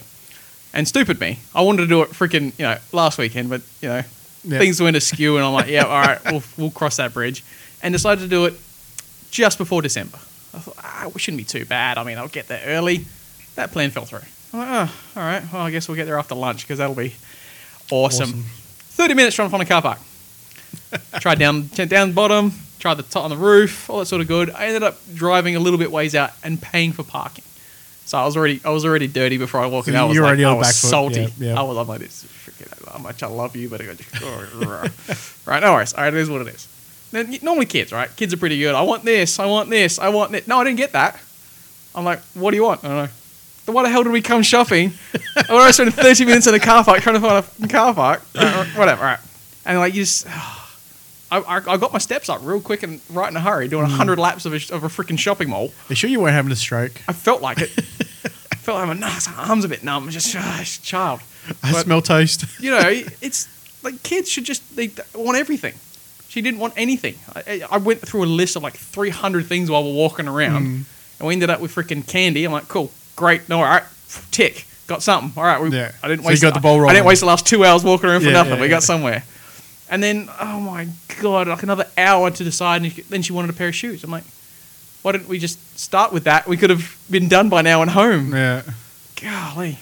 [SPEAKER 3] And stupid me, I wanted to do it freaking you know last weekend, but you know
[SPEAKER 2] Yeah.
[SPEAKER 3] things went askew, and I'm like, yeah, all right, we'll we'll cross that bridge, and decided to do it just before December. I thought, ah, it shouldn't be too bad. I mean, I'll get there early. That plan fell through. I'm like, oh, all right. Well, I guess we'll get there after lunch because that'll be awesome.
[SPEAKER 2] Awesome.
[SPEAKER 3] 30 minutes trying to find a car park. tried down, down the bottom, tried the top on the roof, all that sort of good. I ended up driving a little bit ways out and paying for parking. So I was already, I was already dirty before I walked
[SPEAKER 2] So
[SPEAKER 3] in. I was
[SPEAKER 2] you're
[SPEAKER 3] like,
[SPEAKER 2] already on
[SPEAKER 3] I
[SPEAKER 2] the
[SPEAKER 3] was
[SPEAKER 2] back foot,
[SPEAKER 3] salty.
[SPEAKER 2] yeah, yeah.
[SPEAKER 3] I was, I'm like, this is freaking, how much I love you, but I got right. No worries. All right, it is what it is. Then y- normally kids, right? Kids are pretty good. I want this. I want this. I want this. No, I didn't get that. I'm like, what do you want? I don't know. Then why the hell did we come shopping? Or I spent 30 minutes in a car park trying to find a fucking car park. All right, all right, whatever, all right. And like, you just. I, I, I got my steps up real quick and right in a hurry, doing 100 laps of a, of a freaking shopping mall.
[SPEAKER 2] Are you sure you weren't having a stroke?
[SPEAKER 3] I felt like it. I felt like my, nah, my arm's a bit numb. Just, ah, it's a child.
[SPEAKER 2] I
[SPEAKER 3] But-
[SPEAKER 2] smell toast.
[SPEAKER 3] you know, it's like kids should just they want everything. She didn't want anything. I, I went through a list of like 300 things while we're walking around,
[SPEAKER 2] Mm.
[SPEAKER 3] and we ended up with freaking candy. I'm like, cool, great, no, all right, tick, got something. All right, we,
[SPEAKER 2] Yeah.
[SPEAKER 3] I didn't
[SPEAKER 2] So you
[SPEAKER 3] waste.
[SPEAKER 2] got the ball
[SPEAKER 3] I, I
[SPEAKER 2] rolling.
[SPEAKER 3] didn't waste the last two hours walking around for
[SPEAKER 2] Yeah,
[SPEAKER 3] nothing.
[SPEAKER 2] yeah,
[SPEAKER 3] we
[SPEAKER 2] yeah.
[SPEAKER 3] got somewhere, and then oh my god, like another hour to decide. And then she wanted a pair of shoes. I'm like, why didn't we just start with that? We could have been done by now and home.
[SPEAKER 2] yeah,
[SPEAKER 3] Golly,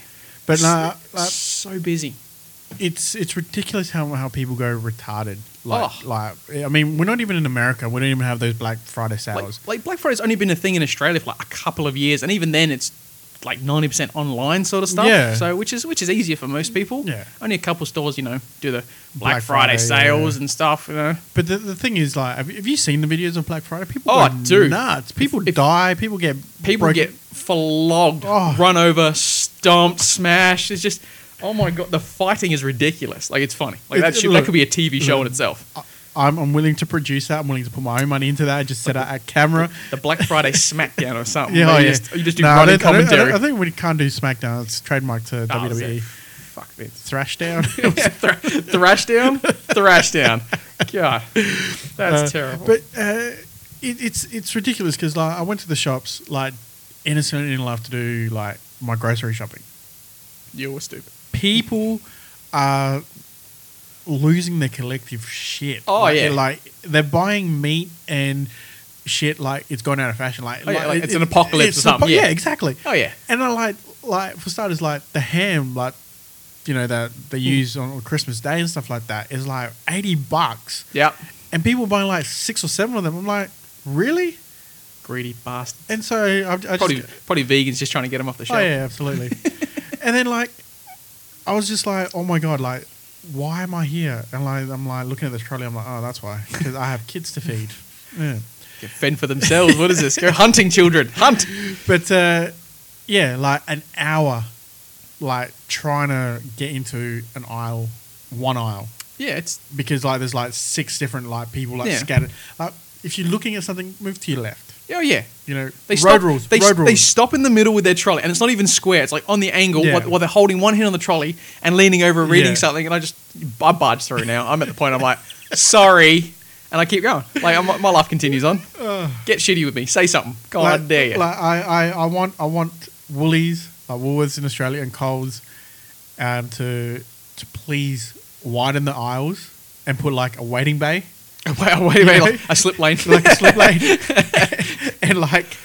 [SPEAKER 2] but nah,
[SPEAKER 3] so busy.
[SPEAKER 2] it's it's ridiculous how how people go retarded. Like
[SPEAKER 3] Oh.
[SPEAKER 2] like I mean, we're not even in America. We don't even have those Black Friday
[SPEAKER 3] Like,
[SPEAKER 2] sales.
[SPEAKER 3] like Black Friday's only been a thing in Australia for like a couple of years, and even then, it's like ninety percent online sort of stuff.
[SPEAKER 2] Yeah.
[SPEAKER 3] So which is which is easier for most people.
[SPEAKER 2] Yeah.
[SPEAKER 3] Only a couple stores, you know, do the Black,
[SPEAKER 2] Black
[SPEAKER 3] Friday,
[SPEAKER 2] Friday, yeah.
[SPEAKER 3] sales and stuff. You know.
[SPEAKER 2] but the, the thing is, like, have, have you seen the videos on Black Friday? People
[SPEAKER 3] Oh,
[SPEAKER 2] go
[SPEAKER 3] dude.
[SPEAKER 2] nuts. People
[SPEAKER 3] If-
[SPEAKER 2] die. People get
[SPEAKER 3] People
[SPEAKER 2] broken-
[SPEAKER 3] get flogged,
[SPEAKER 2] Oh.
[SPEAKER 3] run over, stomped, smashed. It's just, oh my god, the fighting is ridiculous. Like it's funny. Like
[SPEAKER 2] It-
[SPEAKER 3] that,
[SPEAKER 2] it-
[SPEAKER 3] should,
[SPEAKER 2] look,
[SPEAKER 3] that could be a TV show in itself.
[SPEAKER 2] I'm, I'm willing to produce that. I'm willing to put my own money into that. I just set out a camera.
[SPEAKER 3] The Black Friday SmackDown or something.
[SPEAKER 2] Yeah,
[SPEAKER 3] where
[SPEAKER 2] oh,
[SPEAKER 3] you,
[SPEAKER 2] yeah.
[SPEAKER 3] Just, you just do
[SPEAKER 2] No, I
[SPEAKER 3] running
[SPEAKER 2] don't- I don't- I don't-
[SPEAKER 3] commentary.
[SPEAKER 2] I, think we can't do SmackDown. It's trademarked to E.
[SPEAKER 3] Oh, is
[SPEAKER 2] WWE.
[SPEAKER 3] it? Fuck this.
[SPEAKER 2] Thrashdown.
[SPEAKER 3] thrash down, thrash down. God,
[SPEAKER 2] Uh,
[SPEAKER 3] that's terrible.
[SPEAKER 2] but uh, it, it's it's ridiculous because like I went to the shops like innocently enough to do like my grocery shopping.
[SPEAKER 3] you were stupid.
[SPEAKER 2] People are losing their collective shit.
[SPEAKER 3] Oh,
[SPEAKER 2] Like,
[SPEAKER 3] yeah.
[SPEAKER 2] they're, like they're buying meat and shit like it's gone out of fashion. Like,
[SPEAKER 3] Oh, yeah, like it's an apocalypse or
[SPEAKER 2] an
[SPEAKER 3] something, yeah.
[SPEAKER 2] exactly.
[SPEAKER 3] Oh yeah,
[SPEAKER 2] And I like like for starters like the ham like you know that they use on Christmas Day and stuff like that is like eighty bucks.
[SPEAKER 3] yep.
[SPEAKER 2] And people buying like six or seven of them. I'm like, really?
[SPEAKER 3] Greedy bastard.
[SPEAKER 2] And so I, I just
[SPEAKER 3] Probably, probably vegans just trying to get him off the shelf.
[SPEAKER 2] oh yeah, absolutely. and then like, I was just like, oh my god, like, why am I here? And like, I'm like looking at this trolley. I'm like, oh, that's why, because I have kids to feed. Yeah.
[SPEAKER 3] Get fend for themselves. What is this? Go hunting, children. Hunt.
[SPEAKER 2] But uh, yeah, like an hour, like trying to get into an aisle, one aisle,
[SPEAKER 3] Yeah, it's
[SPEAKER 2] because like there's like six different like people like
[SPEAKER 3] Yeah.
[SPEAKER 2] scattered. Like if you're looking at something, move to your left.
[SPEAKER 3] oh yeah.
[SPEAKER 2] You know,
[SPEAKER 3] They
[SPEAKER 2] road
[SPEAKER 3] stop,
[SPEAKER 2] rules.
[SPEAKER 3] They,
[SPEAKER 2] road rules.
[SPEAKER 3] they stop in the middle with their trolley, and it's not even square. It's like on the angle
[SPEAKER 2] Yeah.
[SPEAKER 3] while, while they're holding one hand on the trolley and leaning over reading
[SPEAKER 2] Yeah.
[SPEAKER 3] something. And I just I barge through now. I'm at the point. I'm like, sorry, and I keep going. Like I'm, my life continues on. Get shitty with me. Say something. God
[SPEAKER 2] like,
[SPEAKER 3] dare you.
[SPEAKER 2] Like I, I, I want I want Woolies, like Woolworths in Australia and Coles, um, to to please widen the aisles and put like a waiting bay,
[SPEAKER 3] Wait, wait, wait,
[SPEAKER 2] Yeah.
[SPEAKER 3] like a slip lane.
[SPEAKER 2] like a slip lane, and like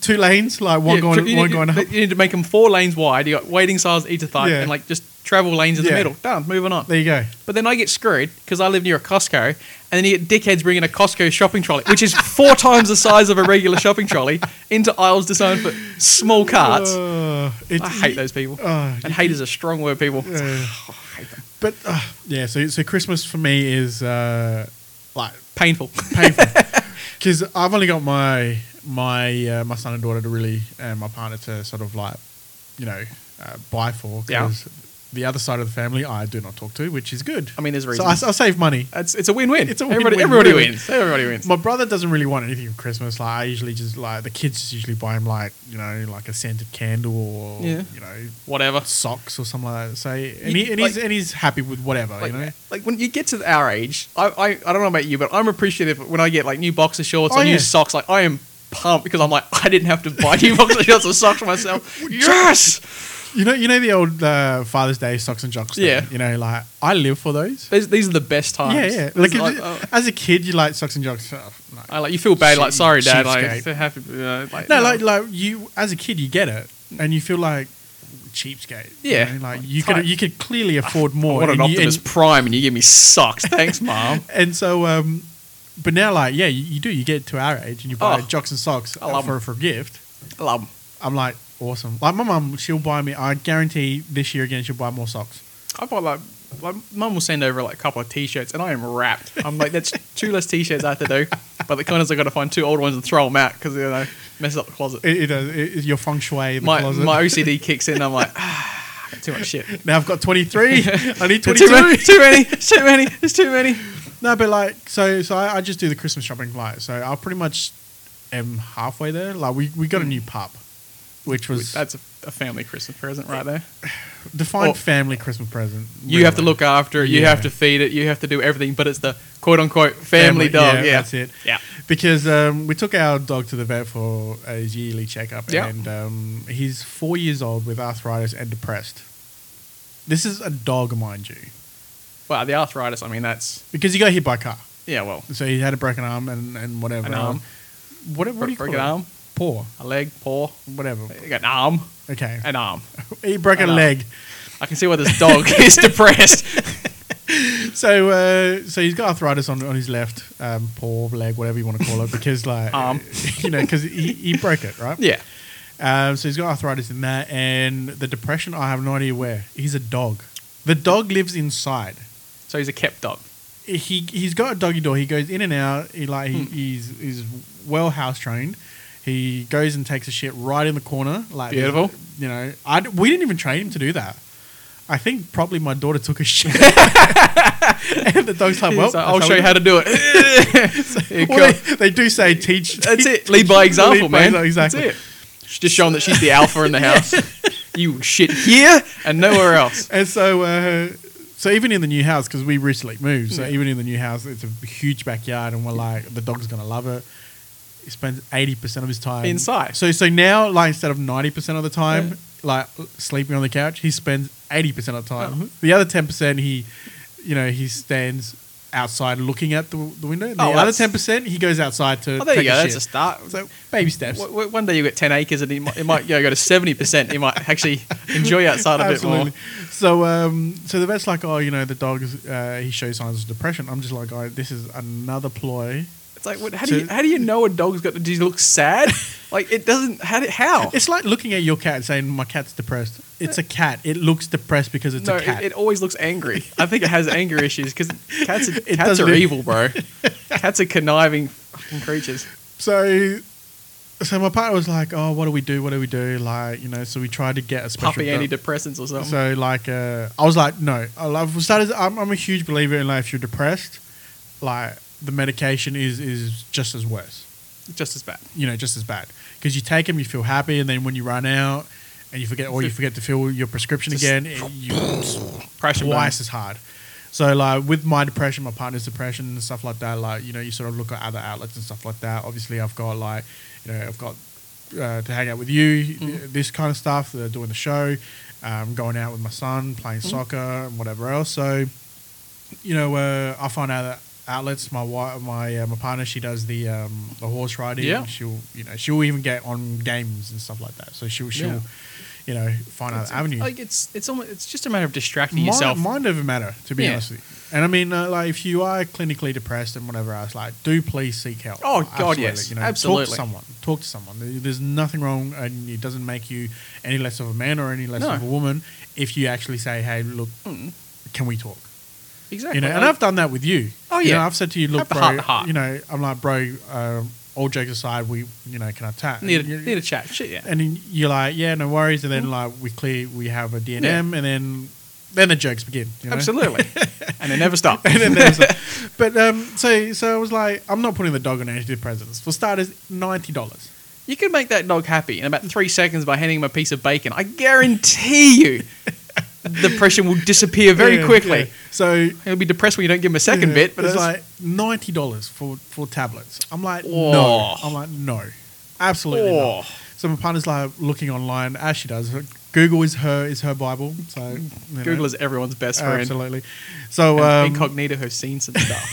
[SPEAKER 2] two lanes, like one
[SPEAKER 3] Yeah,
[SPEAKER 2] going
[SPEAKER 3] you,
[SPEAKER 2] one
[SPEAKER 3] need,
[SPEAKER 2] going up.
[SPEAKER 3] you need to make them four lanes wide. You got waiting styles each side,
[SPEAKER 2] Yeah.
[SPEAKER 3] and like just travel lanes in the
[SPEAKER 2] Yeah.
[SPEAKER 3] middle. Done. Moving on.
[SPEAKER 2] There you go.
[SPEAKER 3] But then I get screwed because I live near a Costco, and then you get dickheads bringing a Costco shopping trolley, which is four times the size of a regular shopping trolley, into aisles designed for small carts.
[SPEAKER 2] Uh, it's-
[SPEAKER 3] I hate those people.
[SPEAKER 2] uh,
[SPEAKER 3] and hate is a strong word, people.
[SPEAKER 2] uh,
[SPEAKER 3] I hate them.
[SPEAKER 2] but uh, yeah, so so Christmas for me is uh, like
[SPEAKER 3] Painful.
[SPEAKER 2] painful because I've only got my my uh, my son and daughter to really and my partner to sort of like you know uh, buy for
[SPEAKER 3] Yeah.
[SPEAKER 2] because the other side of the family I do not talk to, which is good.
[SPEAKER 3] I mean, there's a
[SPEAKER 2] so
[SPEAKER 3] reason.
[SPEAKER 2] I, I save money.
[SPEAKER 3] it's, it's a win-win.
[SPEAKER 2] It's a
[SPEAKER 3] everybody,
[SPEAKER 2] win-win,
[SPEAKER 3] everybody
[SPEAKER 2] really.
[SPEAKER 3] wins. Everybody wins.
[SPEAKER 2] My brother doesn't really want anything for Christmas. Like I usually just like the kids just usually buy him like you know like a scented candle or
[SPEAKER 3] Yeah.
[SPEAKER 2] you know
[SPEAKER 3] Whatever.
[SPEAKER 2] socks or something like that. So and, he, and
[SPEAKER 3] like-
[SPEAKER 2] he's and he's happy with whatever
[SPEAKER 3] like,
[SPEAKER 2] you know.
[SPEAKER 3] like, when you get to our age, I, I, I don't know about you, but I'm appreciative when I get like new boxer shorts
[SPEAKER 2] Oh,
[SPEAKER 3] or
[SPEAKER 2] yeah.
[SPEAKER 3] new socks. Like I am pumped because I'm like I didn't have to buy new boxer shorts or socks for myself. Yes,
[SPEAKER 2] You know you know the old uh, Father's Day socks and jocks. thing?
[SPEAKER 3] Yeah.
[SPEAKER 2] you know like I live for those.
[SPEAKER 3] these, these are the best
[SPEAKER 2] Yeah,
[SPEAKER 3] times.
[SPEAKER 2] yeah.
[SPEAKER 3] Like,
[SPEAKER 2] Like, if
[SPEAKER 3] like,
[SPEAKER 2] you-
[SPEAKER 3] oh,
[SPEAKER 2] as a kid, you like socks and jocks. Oh, no.
[SPEAKER 3] I like you feel bad. Like
[SPEAKER 2] Sheep-
[SPEAKER 3] sorry, dad. Like,
[SPEAKER 2] sheepskate.
[SPEAKER 3] so happy, uh, like
[SPEAKER 2] no, like like you as a kid, you get it, and you feel like cheapskate. you
[SPEAKER 3] Yeah.
[SPEAKER 2] know, like you
[SPEAKER 3] Tight.
[SPEAKER 2] could you could clearly afford more.
[SPEAKER 3] what an
[SPEAKER 2] and you-
[SPEAKER 3] Optimus
[SPEAKER 2] and-
[SPEAKER 3] Prime, and you give me socks. Thanks, mom.
[SPEAKER 2] and so, um, but now, like, yeah, you, you do. You get to our age, and you buy
[SPEAKER 3] Oh.
[SPEAKER 2] jocks and socks
[SPEAKER 3] I love
[SPEAKER 2] for for a gift.
[SPEAKER 3] I love 'em.
[SPEAKER 2] I'm like awesome. Like my mum, she'll buy me. I guarantee this year again, she'll buy more socks.
[SPEAKER 3] I bought like my mum will send over like a couple of t-shirts, and I am wrapped. I'm like, that's two less t-shirts I have to do, but the kind is I got to find two old ones and throw them out because you know messes up the closet.
[SPEAKER 2] It, it, does- it, it- your feng shui. in The
[SPEAKER 3] my
[SPEAKER 2] closet.
[SPEAKER 3] my OCD kicks in. I'm like, ah, got too much shit.
[SPEAKER 2] now I've got 23. I need 22.
[SPEAKER 3] Too many, too many, too many. There's too many.
[SPEAKER 2] No, but like, so so I, I just do the Christmas shopping like so. I pretty much am halfway there. Like we, we got a new pup, which was
[SPEAKER 3] That's a, a family Christmas present right there.
[SPEAKER 2] defined
[SPEAKER 3] oh.
[SPEAKER 2] family Christmas present.
[SPEAKER 3] You have to
[SPEAKER 2] really.
[SPEAKER 3] look after it. You
[SPEAKER 2] Yeah.
[SPEAKER 3] have to feed it. You have to do everything. But it's the quote unquote family, dog. Yeah,
[SPEAKER 2] that's it.
[SPEAKER 3] Yeah.
[SPEAKER 2] Because um, we took our dog to the vet for his yearly checkup,
[SPEAKER 3] Yeah.
[SPEAKER 2] and um, he's four years old with arthritis and depressed. This is a dog, mind you,
[SPEAKER 3] Wow, the arthritis. I mean, that's
[SPEAKER 2] because he got hit by a car,
[SPEAKER 3] yeah. Well,
[SPEAKER 2] so he had a broken arm and, and whatever. Um,
[SPEAKER 3] An arm.
[SPEAKER 2] What, what do you call
[SPEAKER 3] broken
[SPEAKER 2] it?
[SPEAKER 3] arm,
[SPEAKER 2] Paw,
[SPEAKER 3] a leg, paw.
[SPEAKER 2] whatever.
[SPEAKER 3] You got an arm,
[SPEAKER 2] Okay.
[SPEAKER 3] an arm.
[SPEAKER 2] He broke
[SPEAKER 3] I
[SPEAKER 2] a
[SPEAKER 3] know.
[SPEAKER 2] leg.
[SPEAKER 3] I can see why this dog is depressed.
[SPEAKER 2] So, uh, so he's got arthritis on, on his left um, paw, leg, whatever you want to call it, because like,
[SPEAKER 3] Arm.
[SPEAKER 2] you know, because he, he broke it, right?
[SPEAKER 3] Yeah.
[SPEAKER 2] Um, so he's got arthritis in that, and the depression. I have no idea where. He's a dog. The dog lives inside.
[SPEAKER 3] So he's a kept dog.
[SPEAKER 2] He he's got a doggy door. He goes in and out. He like
[SPEAKER 3] Hmm.
[SPEAKER 2] he, he's he's well house trained. He goes and takes a shit right in the corner. Like
[SPEAKER 3] Beautiful.
[SPEAKER 2] You know, I d- we didn't even train him to do that. I think probably my daughter took a shit. and the dog's like, well,
[SPEAKER 3] So
[SPEAKER 2] that's
[SPEAKER 3] I'll
[SPEAKER 2] how
[SPEAKER 3] show
[SPEAKER 2] we
[SPEAKER 3] you how to do it. Here you
[SPEAKER 2] Well,
[SPEAKER 3] go.
[SPEAKER 2] they, they do say teach.
[SPEAKER 3] That's
[SPEAKER 2] teach-
[SPEAKER 3] it. Lead by example,
[SPEAKER 2] lead by
[SPEAKER 3] man.
[SPEAKER 2] example, Exactly.
[SPEAKER 3] That's it. Just showing that she's the alpha in the house. You shit here and nowhere else.
[SPEAKER 2] And so, uh, so even in the new house, because we recently moved, so even in the new house, it's a huge backyard, and we're like, the dog's gonna love it. He spends eighty percent of his time
[SPEAKER 3] Inside.
[SPEAKER 2] So, so now, like instead of ninety percent of the time, like sleeping on the couch, he spends eighty percent of the time.
[SPEAKER 3] Uh-huh.
[SPEAKER 2] The other ten percent, he, you know, he stands outside looking at the, the window. The
[SPEAKER 3] Oh,
[SPEAKER 2] other
[SPEAKER 3] that's-
[SPEAKER 2] ten percent, he goes outside to
[SPEAKER 3] Oh, there you
[SPEAKER 2] take
[SPEAKER 3] go.
[SPEAKER 2] a
[SPEAKER 3] That's a
[SPEAKER 2] shit.
[SPEAKER 3] start.
[SPEAKER 2] so baby steps.
[SPEAKER 3] W- w- One day you get 10 acres and it might, it might you know, go to 70%. You might actually enjoy outside a bit more.
[SPEAKER 2] So, um, so the vet's like, oh, you know, the dog, is, uh, he shows signs of depression. I'm just like, all right, this is another ploy.
[SPEAKER 3] It's like, what, how, do you, how do you know a dog's got, does he look sad? Like, it doesn't, how? Do, how?
[SPEAKER 2] It's like looking at your cat and saying, my cat's depressed. It's a cat. It looks depressed because it's
[SPEAKER 3] no,
[SPEAKER 2] a cat.
[SPEAKER 3] it, it always looks angry. I think it has anger issues because cats are,
[SPEAKER 2] It
[SPEAKER 3] cats
[SPEAKER 2] doesn't-
[SPEAKER 3] are evil, bro. cats are conniving fucking creatures.
[SPEAKER 2] so, so my partner was like, oh, what do we do? What do we do? Like, you know, so we tried to get a special
[SPEAKER 3] Puppy
[SPEAKER 2] dog.
[SPEAKER 3] antidepressants or something.
[SPEAKER 2] So like, uh, I was like, no, I love. Started, I'm, I'm a huge believer in like, if you're depressed, like the medication is is just as worse.
[SPEAKER 3] Just as bad.
[SPEAKER 2] you know, just as bad. Because you take them, you feel happy, and then when you run out and you forget, or you forget to fill your prescription
[SPEAKER 3] Just-
[SPEAKER 2] again, it, you
[SPEAKER 3] Crash and burn.
[SPEAKER 2] twice as hard. So like with my depression, my partner's depression and stuff like that, like you know, you sort of look at other outlets and stuff like that. Obviously, I've got like, you know, I've got uh, to hang out with you,
[SPEAKER 3] Mm-hmm.
[SPEAKER 2] th- this kind of stuff, uh, doing the show, um, going out with my son, playing
[SPEAKER 3] Mm-hmm.
[SPEAKER 2] soccer and whatever else. So, you know, uh, I find other outlets. My wife, my uh, my partner, she does the um, the horse riding.
[SPEAKER 3] Yeah.
[SPEAKER 2] She'll you know she'll even get on games and stuff like that. So she'll she'll
[SPEAKER 3] Yeah.
[SPEAKER 2] you know find other avenues.
[SPEAKER 3] Like it's it's almost it's just a matter of distracting
[SPEAKER 2] Mind-
[SPEAKER 3] yourself.
[SPEAKER 2] Mind over matter, to be
[SPEAKER 3] Yeah.
[SPEAKER 2] honest with you. And I mean, uh, like, if you are clinically depressed and whatever else, like, do please seek help.
[SPEAKER 3] Oh, God, yes.
[SPEAKER 2] Talk
[SPEAKER 3] Absolutely.
[SPEAKER 2] to someone. Talk to someone. There- There's nothing wrong, and it doesn't make you any less of a man or any less
[SPEAKER 3] No. Hmm.
[SPEAKER 2] of a woman if you actually say, "Hey, look, can we talk?"
[SPEAKER 3] exactly.
[SPEAKER 2] You know, and
[SPEAKER 3] Like,
[SPEAKER 2] I've done that with you.
[SPEAKER 3] Oh,
[SPEAKER 2] You know,
[SPEAKER 3] yeah.
[SPEAKER 2] I've said to you, "Look,
[SPEAKER 3] Have the
[SPEAKER 2] bro,"
[SPEAKER 3] heart to heart.
[SPEAKER 2] you know, I'm like, "Bro, um, all jokes aside, we, you know, can I chat?"
[SPEAKER 3] need a,
[SPEAKER 2] And you-
[SPEAKER 3] need a chat. Shit, yeah.
[SPEAKER 2] and then you're like, yeah, no worries. And
[SPEAKER 3] Mm-hmm.
[SPEAKER 2] then like we clear, we have a DNM, and then then the jokes begin. You know?
[SPEAKER 3] Absolutely. and they never stop.
[SPEAKER 2] and then there's a, but um, so so I was like, I'm not putting the dog on antidepressants. For starters, ninety dollars.
[SPEAKER 3] You can make that dog happy in about three seconds by handing him a piece of bacon. I guarantee you, the depression will disappear very quickly.
[SPEAKER 2] So
[SPEAKER 3] He'll be depressed when you don't give him a second bit. But
[SPEAKER 2] it's
[SPEAKER 3] it's
[SPEAKER 2] like ninety dollars for for tablets. I'm like,
[SPEAKER 3] Oh.
[SPEAKER 2] no. I'm like, no, absolutely
[SPEAKER 3] Oh.
[SPEAKER 2] not. So my partner's like looking online as she does. Google is her is her bible. So you know,
[SPEAKER 3] Google is everyone's best friend.
[SPEAKER 2] Uh, absolutely. So
[SPEAKER 3] And
[SPEAKER 2] um,
[SPEAKER 3] Incognito have seen some stuff.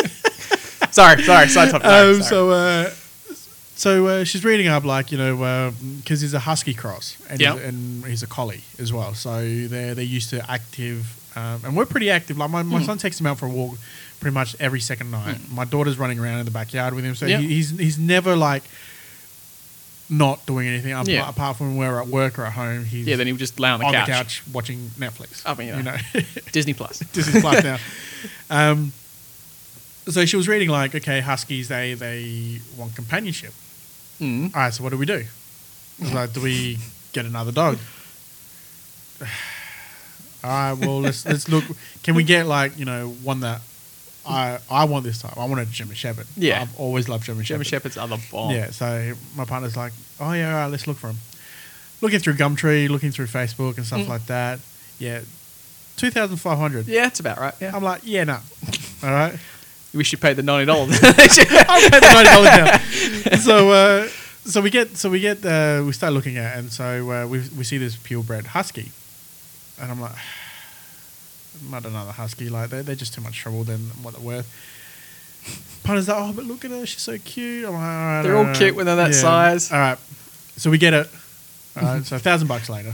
[SPEAKER 3] sorry, sorry, side topic. Sorry,
[SPEAKER 2] um,
[SPEAKER 3] sorry.
[SPEAKER 2] so uh, so uh, she's reading up like you know because he's a husky cross and,
[SPEAKER 3] Yeah.
[SPEAKER 2] he's, and he's a collie as well so they're they're used to active um, and we're pretty active like my,
[SPEAKER 3] Hmm.
[SPEAKER 2] my son takes him out for a walk pretty much every second night my daughter's running around in the backyard with him so
[SPEAKER 3] Yeah.
[SPEAKER 2] he, he's he's never like not doing anything apart,
[SPEAKER 3] Yeah.
[SPEAKER 2] apart from when we're at work or at home he's
[SPEAKER 3] yeah, then he'll just lay on the
[SPEAKER 2] on
[SPEAKER 3] couch.
[SPEAKER 2] the couch watching Netflix
[SPEAKER 3] I mean, yeah.
[SPEAKER 2] you know
[SPEAKER 3] Disney Plus.
[SPEAKER 2] this is life now. Um, so she was reading like, okay, huskies they they want companionship.
[SPEAKER 3] Mm.
[SPEAKER 2] All right, so what do we do? I was like, do we get another dog? All right, well let's let's look. Can we get like you know one that I I want this time? I want a German Shepherd.
[SPEAKER 3] Yeah.
[SPEAKER 2] I've always loved German
[SPEAKER 3] German
[SPEAKER 2] Shepherd.
[SPEAKER 3] Shepherd's other bomb.
[SPEAKER 2] Yeah, so my partner's like, oh yeah, all right, let's look for him. Looking through Gumtree, looking through Facebook and stuff
[SPEAKER 3] Mm.
[SPEAKER 2] like that. Yeah, two thousand five hundred.
[SPEAKER 3] Yeah, that's about right. Yeah.
[SPEAKER 2] I'm like, yeah, no. All right.
[SPEAKER 3] We should pay the ninety dollars.
[SPEAKER 2] I'll pay the ninety dollars now. So uh, so we get so we get uh, we start looking at it, and so uh, we we see this purebred husky, and I'm like, not another husky. Like they're, they're just too much trouble than what they're worth. Punter's like, oh, but look at her, she's so cute. I'm like, all right,
[SPEAKER 3] They're all cute when they're that size.
[SPEAKER 2] All right, so we get it. All right, so a thousand bucks later,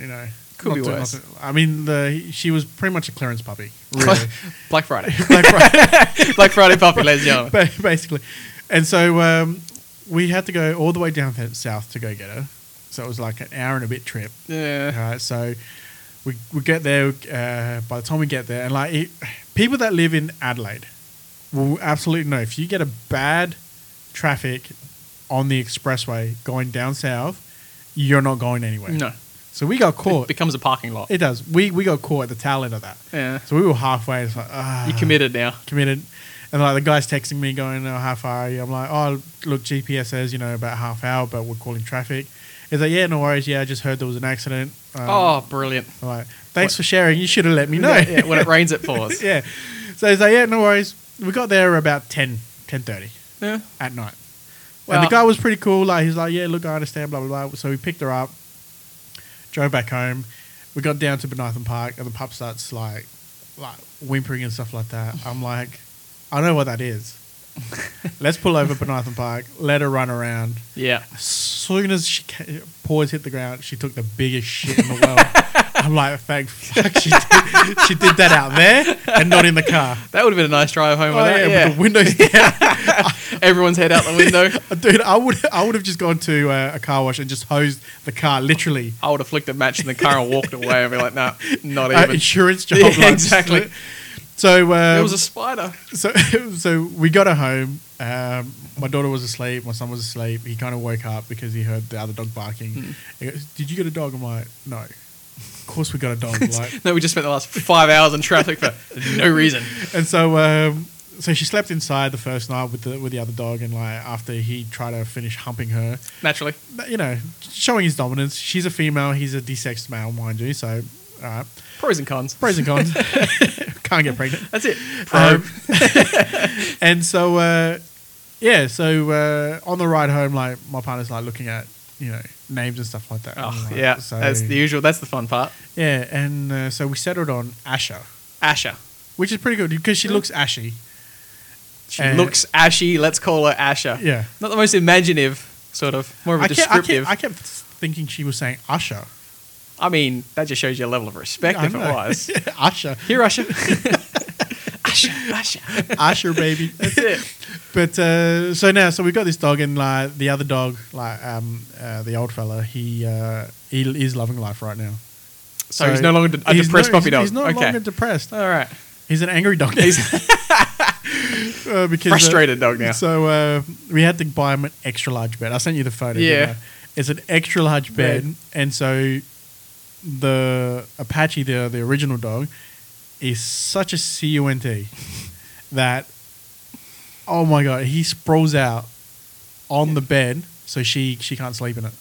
[SPEAKER 2] you know,
[SPEAKER 3] Could
[SPEAKER 2] Not
[SPEAKER 3] be
[SPEAKER 2] to-
[SPEAKER 3] worse.
[SPEAKER 2] not to- I mean, the she was pretty much a clearance puppy, really.
[SPEAKER 3] Black Friday. Black Friday. Black Friday puppy, ladies and gentlemen.
[SPEAKER 2] Ba- basically. And so um, we had to go all the way down th- south to go get her. So it was like an hour and a bit trip.
[SPEAKER 3] Yeah.
[SPEAKER 2] All right, so we, we get there. Uh, by the time we get there, and like it, people that live in Adelaide will absolutely know if you get a bad traffic on the expressway going down south, you're not going anywhere.
[SPEAKER 3] No.
[SPEAKER 2] So we got
[SPEAKER 3] It
[SPEAKER 2] caught. It,
[SPEAKER 3] becomes a parking lot.
[SPEAKER 2] does. We we got caught at the tail end of that.
[SPEAKER 3] Yeah.
[SPEAKER 2] So we were halfway. It's like ah,
[SPEAKER 3] You committed now.
[SPEAKER 2] committed. And like the guy's texting me going, oh, how far are you? I'm like, oh, look, GPS says, you know, about half hour, but we're calling traffic. He's like, yeah, no worries. Yeah, I just heard there was an accident. Um,
[SPEAKER 3] Oh, brilliant.
[SPEAKER 2] I'm like, thanks for sharing. You should have let me know.
[SPEAKER 3] Yeah, yeah, when it rains, it pours.
[SPEAKER 2] yeah. So he's like, yeah, no worries. We got there about 10, 10.30
[SPEAKER 3] Yeah.
[SPEAKER 2] at night.
[SPEAKER 3] Well-
[SPEAKER 2] and the guy was pretty cool. Like, he's like, yeah, look, I understand, blah, blah, blah. So we picked her up, drove back home. We got down to Bonython Park, and the pup starts, like, like whimpering and stuff like that. I'm like, I know what that is. Let's pull over Bonython Park, let her run around.
[SPEAKER 3] Yeah.
[SPEAKER 2] As soon as she ca- paws hit the ground, she took the biggest shit in the world. I'm like, thank fuck, she did, she did that out there and not in the car.
[SPEAKER 3] That would have been a nice drive home
[SPEAKER 2] Oh
[SPEAKER 3] with that.
[SPEAKER 2] yeah, with the windows down,
[SPEAKER 3] yeah. Everyone's head out the window.
[SPEAKER 2] dude. I would, I would have just gone to uh, a car wash and just hosed the car, literally.
[SPEAKER 3] I would have flicked a match in the car and walked away and be like, nah, not
[SPEAKER 2] Uh,
[SPEAKER 3] even.
[SPEAKER 2] insurance job,
[SPEAKER 3] Yeah,
[SPEAKER 2] like, just-
[SPEAKER 3] exactly.
[SPEAKER 2] So um,
[SPEAKER 3] There was a spider.
[SPEAKER 2] so so we got her home. Um, my daughter was asleep. My son was asleep. He kind of woke up because he heard the other dog barking.
[SPEAKER 3] Hmm.
[SPEAKER 2] He goes, "Did you get a dog?" I'm like, "No." Of course, we got a dog. like,
[SPEAKER 3] No, we just spent the last five hours in traffic for no reason.
[SPEAKER 2] and so um, so she slept inside the first night with the with the other dog, and like after he tried to finish humping her,
[SPEAKER 3] Naturally.
[SPEAKER 2] you know, showing his dominance. She's a female. He's a desexed male, mind you. So, all right,
[SPEAKER 3] Pros and cons.
[SPEAKER 2] pros and cons. Can't get pregnant.
[SPEAKER 3] That's it.
[SPEAKER 2] Um, and so, uh, yeah, so uh, on the ride home, like my partner's like looking at you know names and stuff like that. And,
[SPEAKER 3] Oh,
[SPEAKER 2] like,
[SPEAKER 3] yeah.
[SPEAKER 2] so,
[SPEAKER 3] That's the usual. That's the fun part.
[SPEAKER 2] yeah, and uh, so we settled on Asher,
[SPEAKER 3] Asher.
[SPEAKER 2] which is pretty good because she looks ashy.
[SPEAKER 3] She
[SPEAKER 2] Uh,
[SPEAKER 3] looks ashy. Let's call her Asher.
[SPEAKER 2] Yeah.
[SPEAKER 3] Not the most imaginative, sort of. More of a
[SPEAKER 2] I kept, I,
[SPEAKER 3] descriptive.
[SPEAKER 2] kept,
[SPEAKER 3] I,
[SPEAKER 2] I kept thinking she was saying Usher.
[SPEAKER 3] mean, that just shows you a level of respect
[SPEAKER 2] I
[SPEAKER 3] if it
[SPEAKER 2] know.
[SPEAKER 3] was.
[SPEAKER 2] Usher,
[SPEAKER 3] Here, Asher. Asher. Asher.
[SPEAKER 2] Usher, baby.
[SPEAKER 3] That's it.
[SPEAKER 2] But uh, so now, so we got this dog, and like the other dog, like um, uh, the old fella, he uh, he is loving life right now.
[SPEAKER 3] So, he's no longer a
[SPEAKER 2] he's
[SPEAKER 3] depressed
[SPEAKER 2] no-
[SPEAKER 3] puppy dog.
[SPEAKER 2] He's no
[SPEAKER 3] okay.
[SPEAKER 2] longer depressed.
[SPEAKER 3] All right.
[SPEAKER 2] He's an angry dog.
[SPEAKER 3] He's
[SPEAKER 2] uh, because, uh,
[SPEAKER 3] frustrated dog now.
[SPEAKER 2] So uh, we had to buy him an extra large bed. I sent you the photo. didn't
[SPEAKER 3] Yeah.
[SPEAKER 2] I? it's an extra large bed,
[SPEAKER 3] Bed.
[SPEAKER 2] and so the Apache, the the original dog, is such a cunt that oh my god, he sprawls out on the bed, so she she can't sleep in it.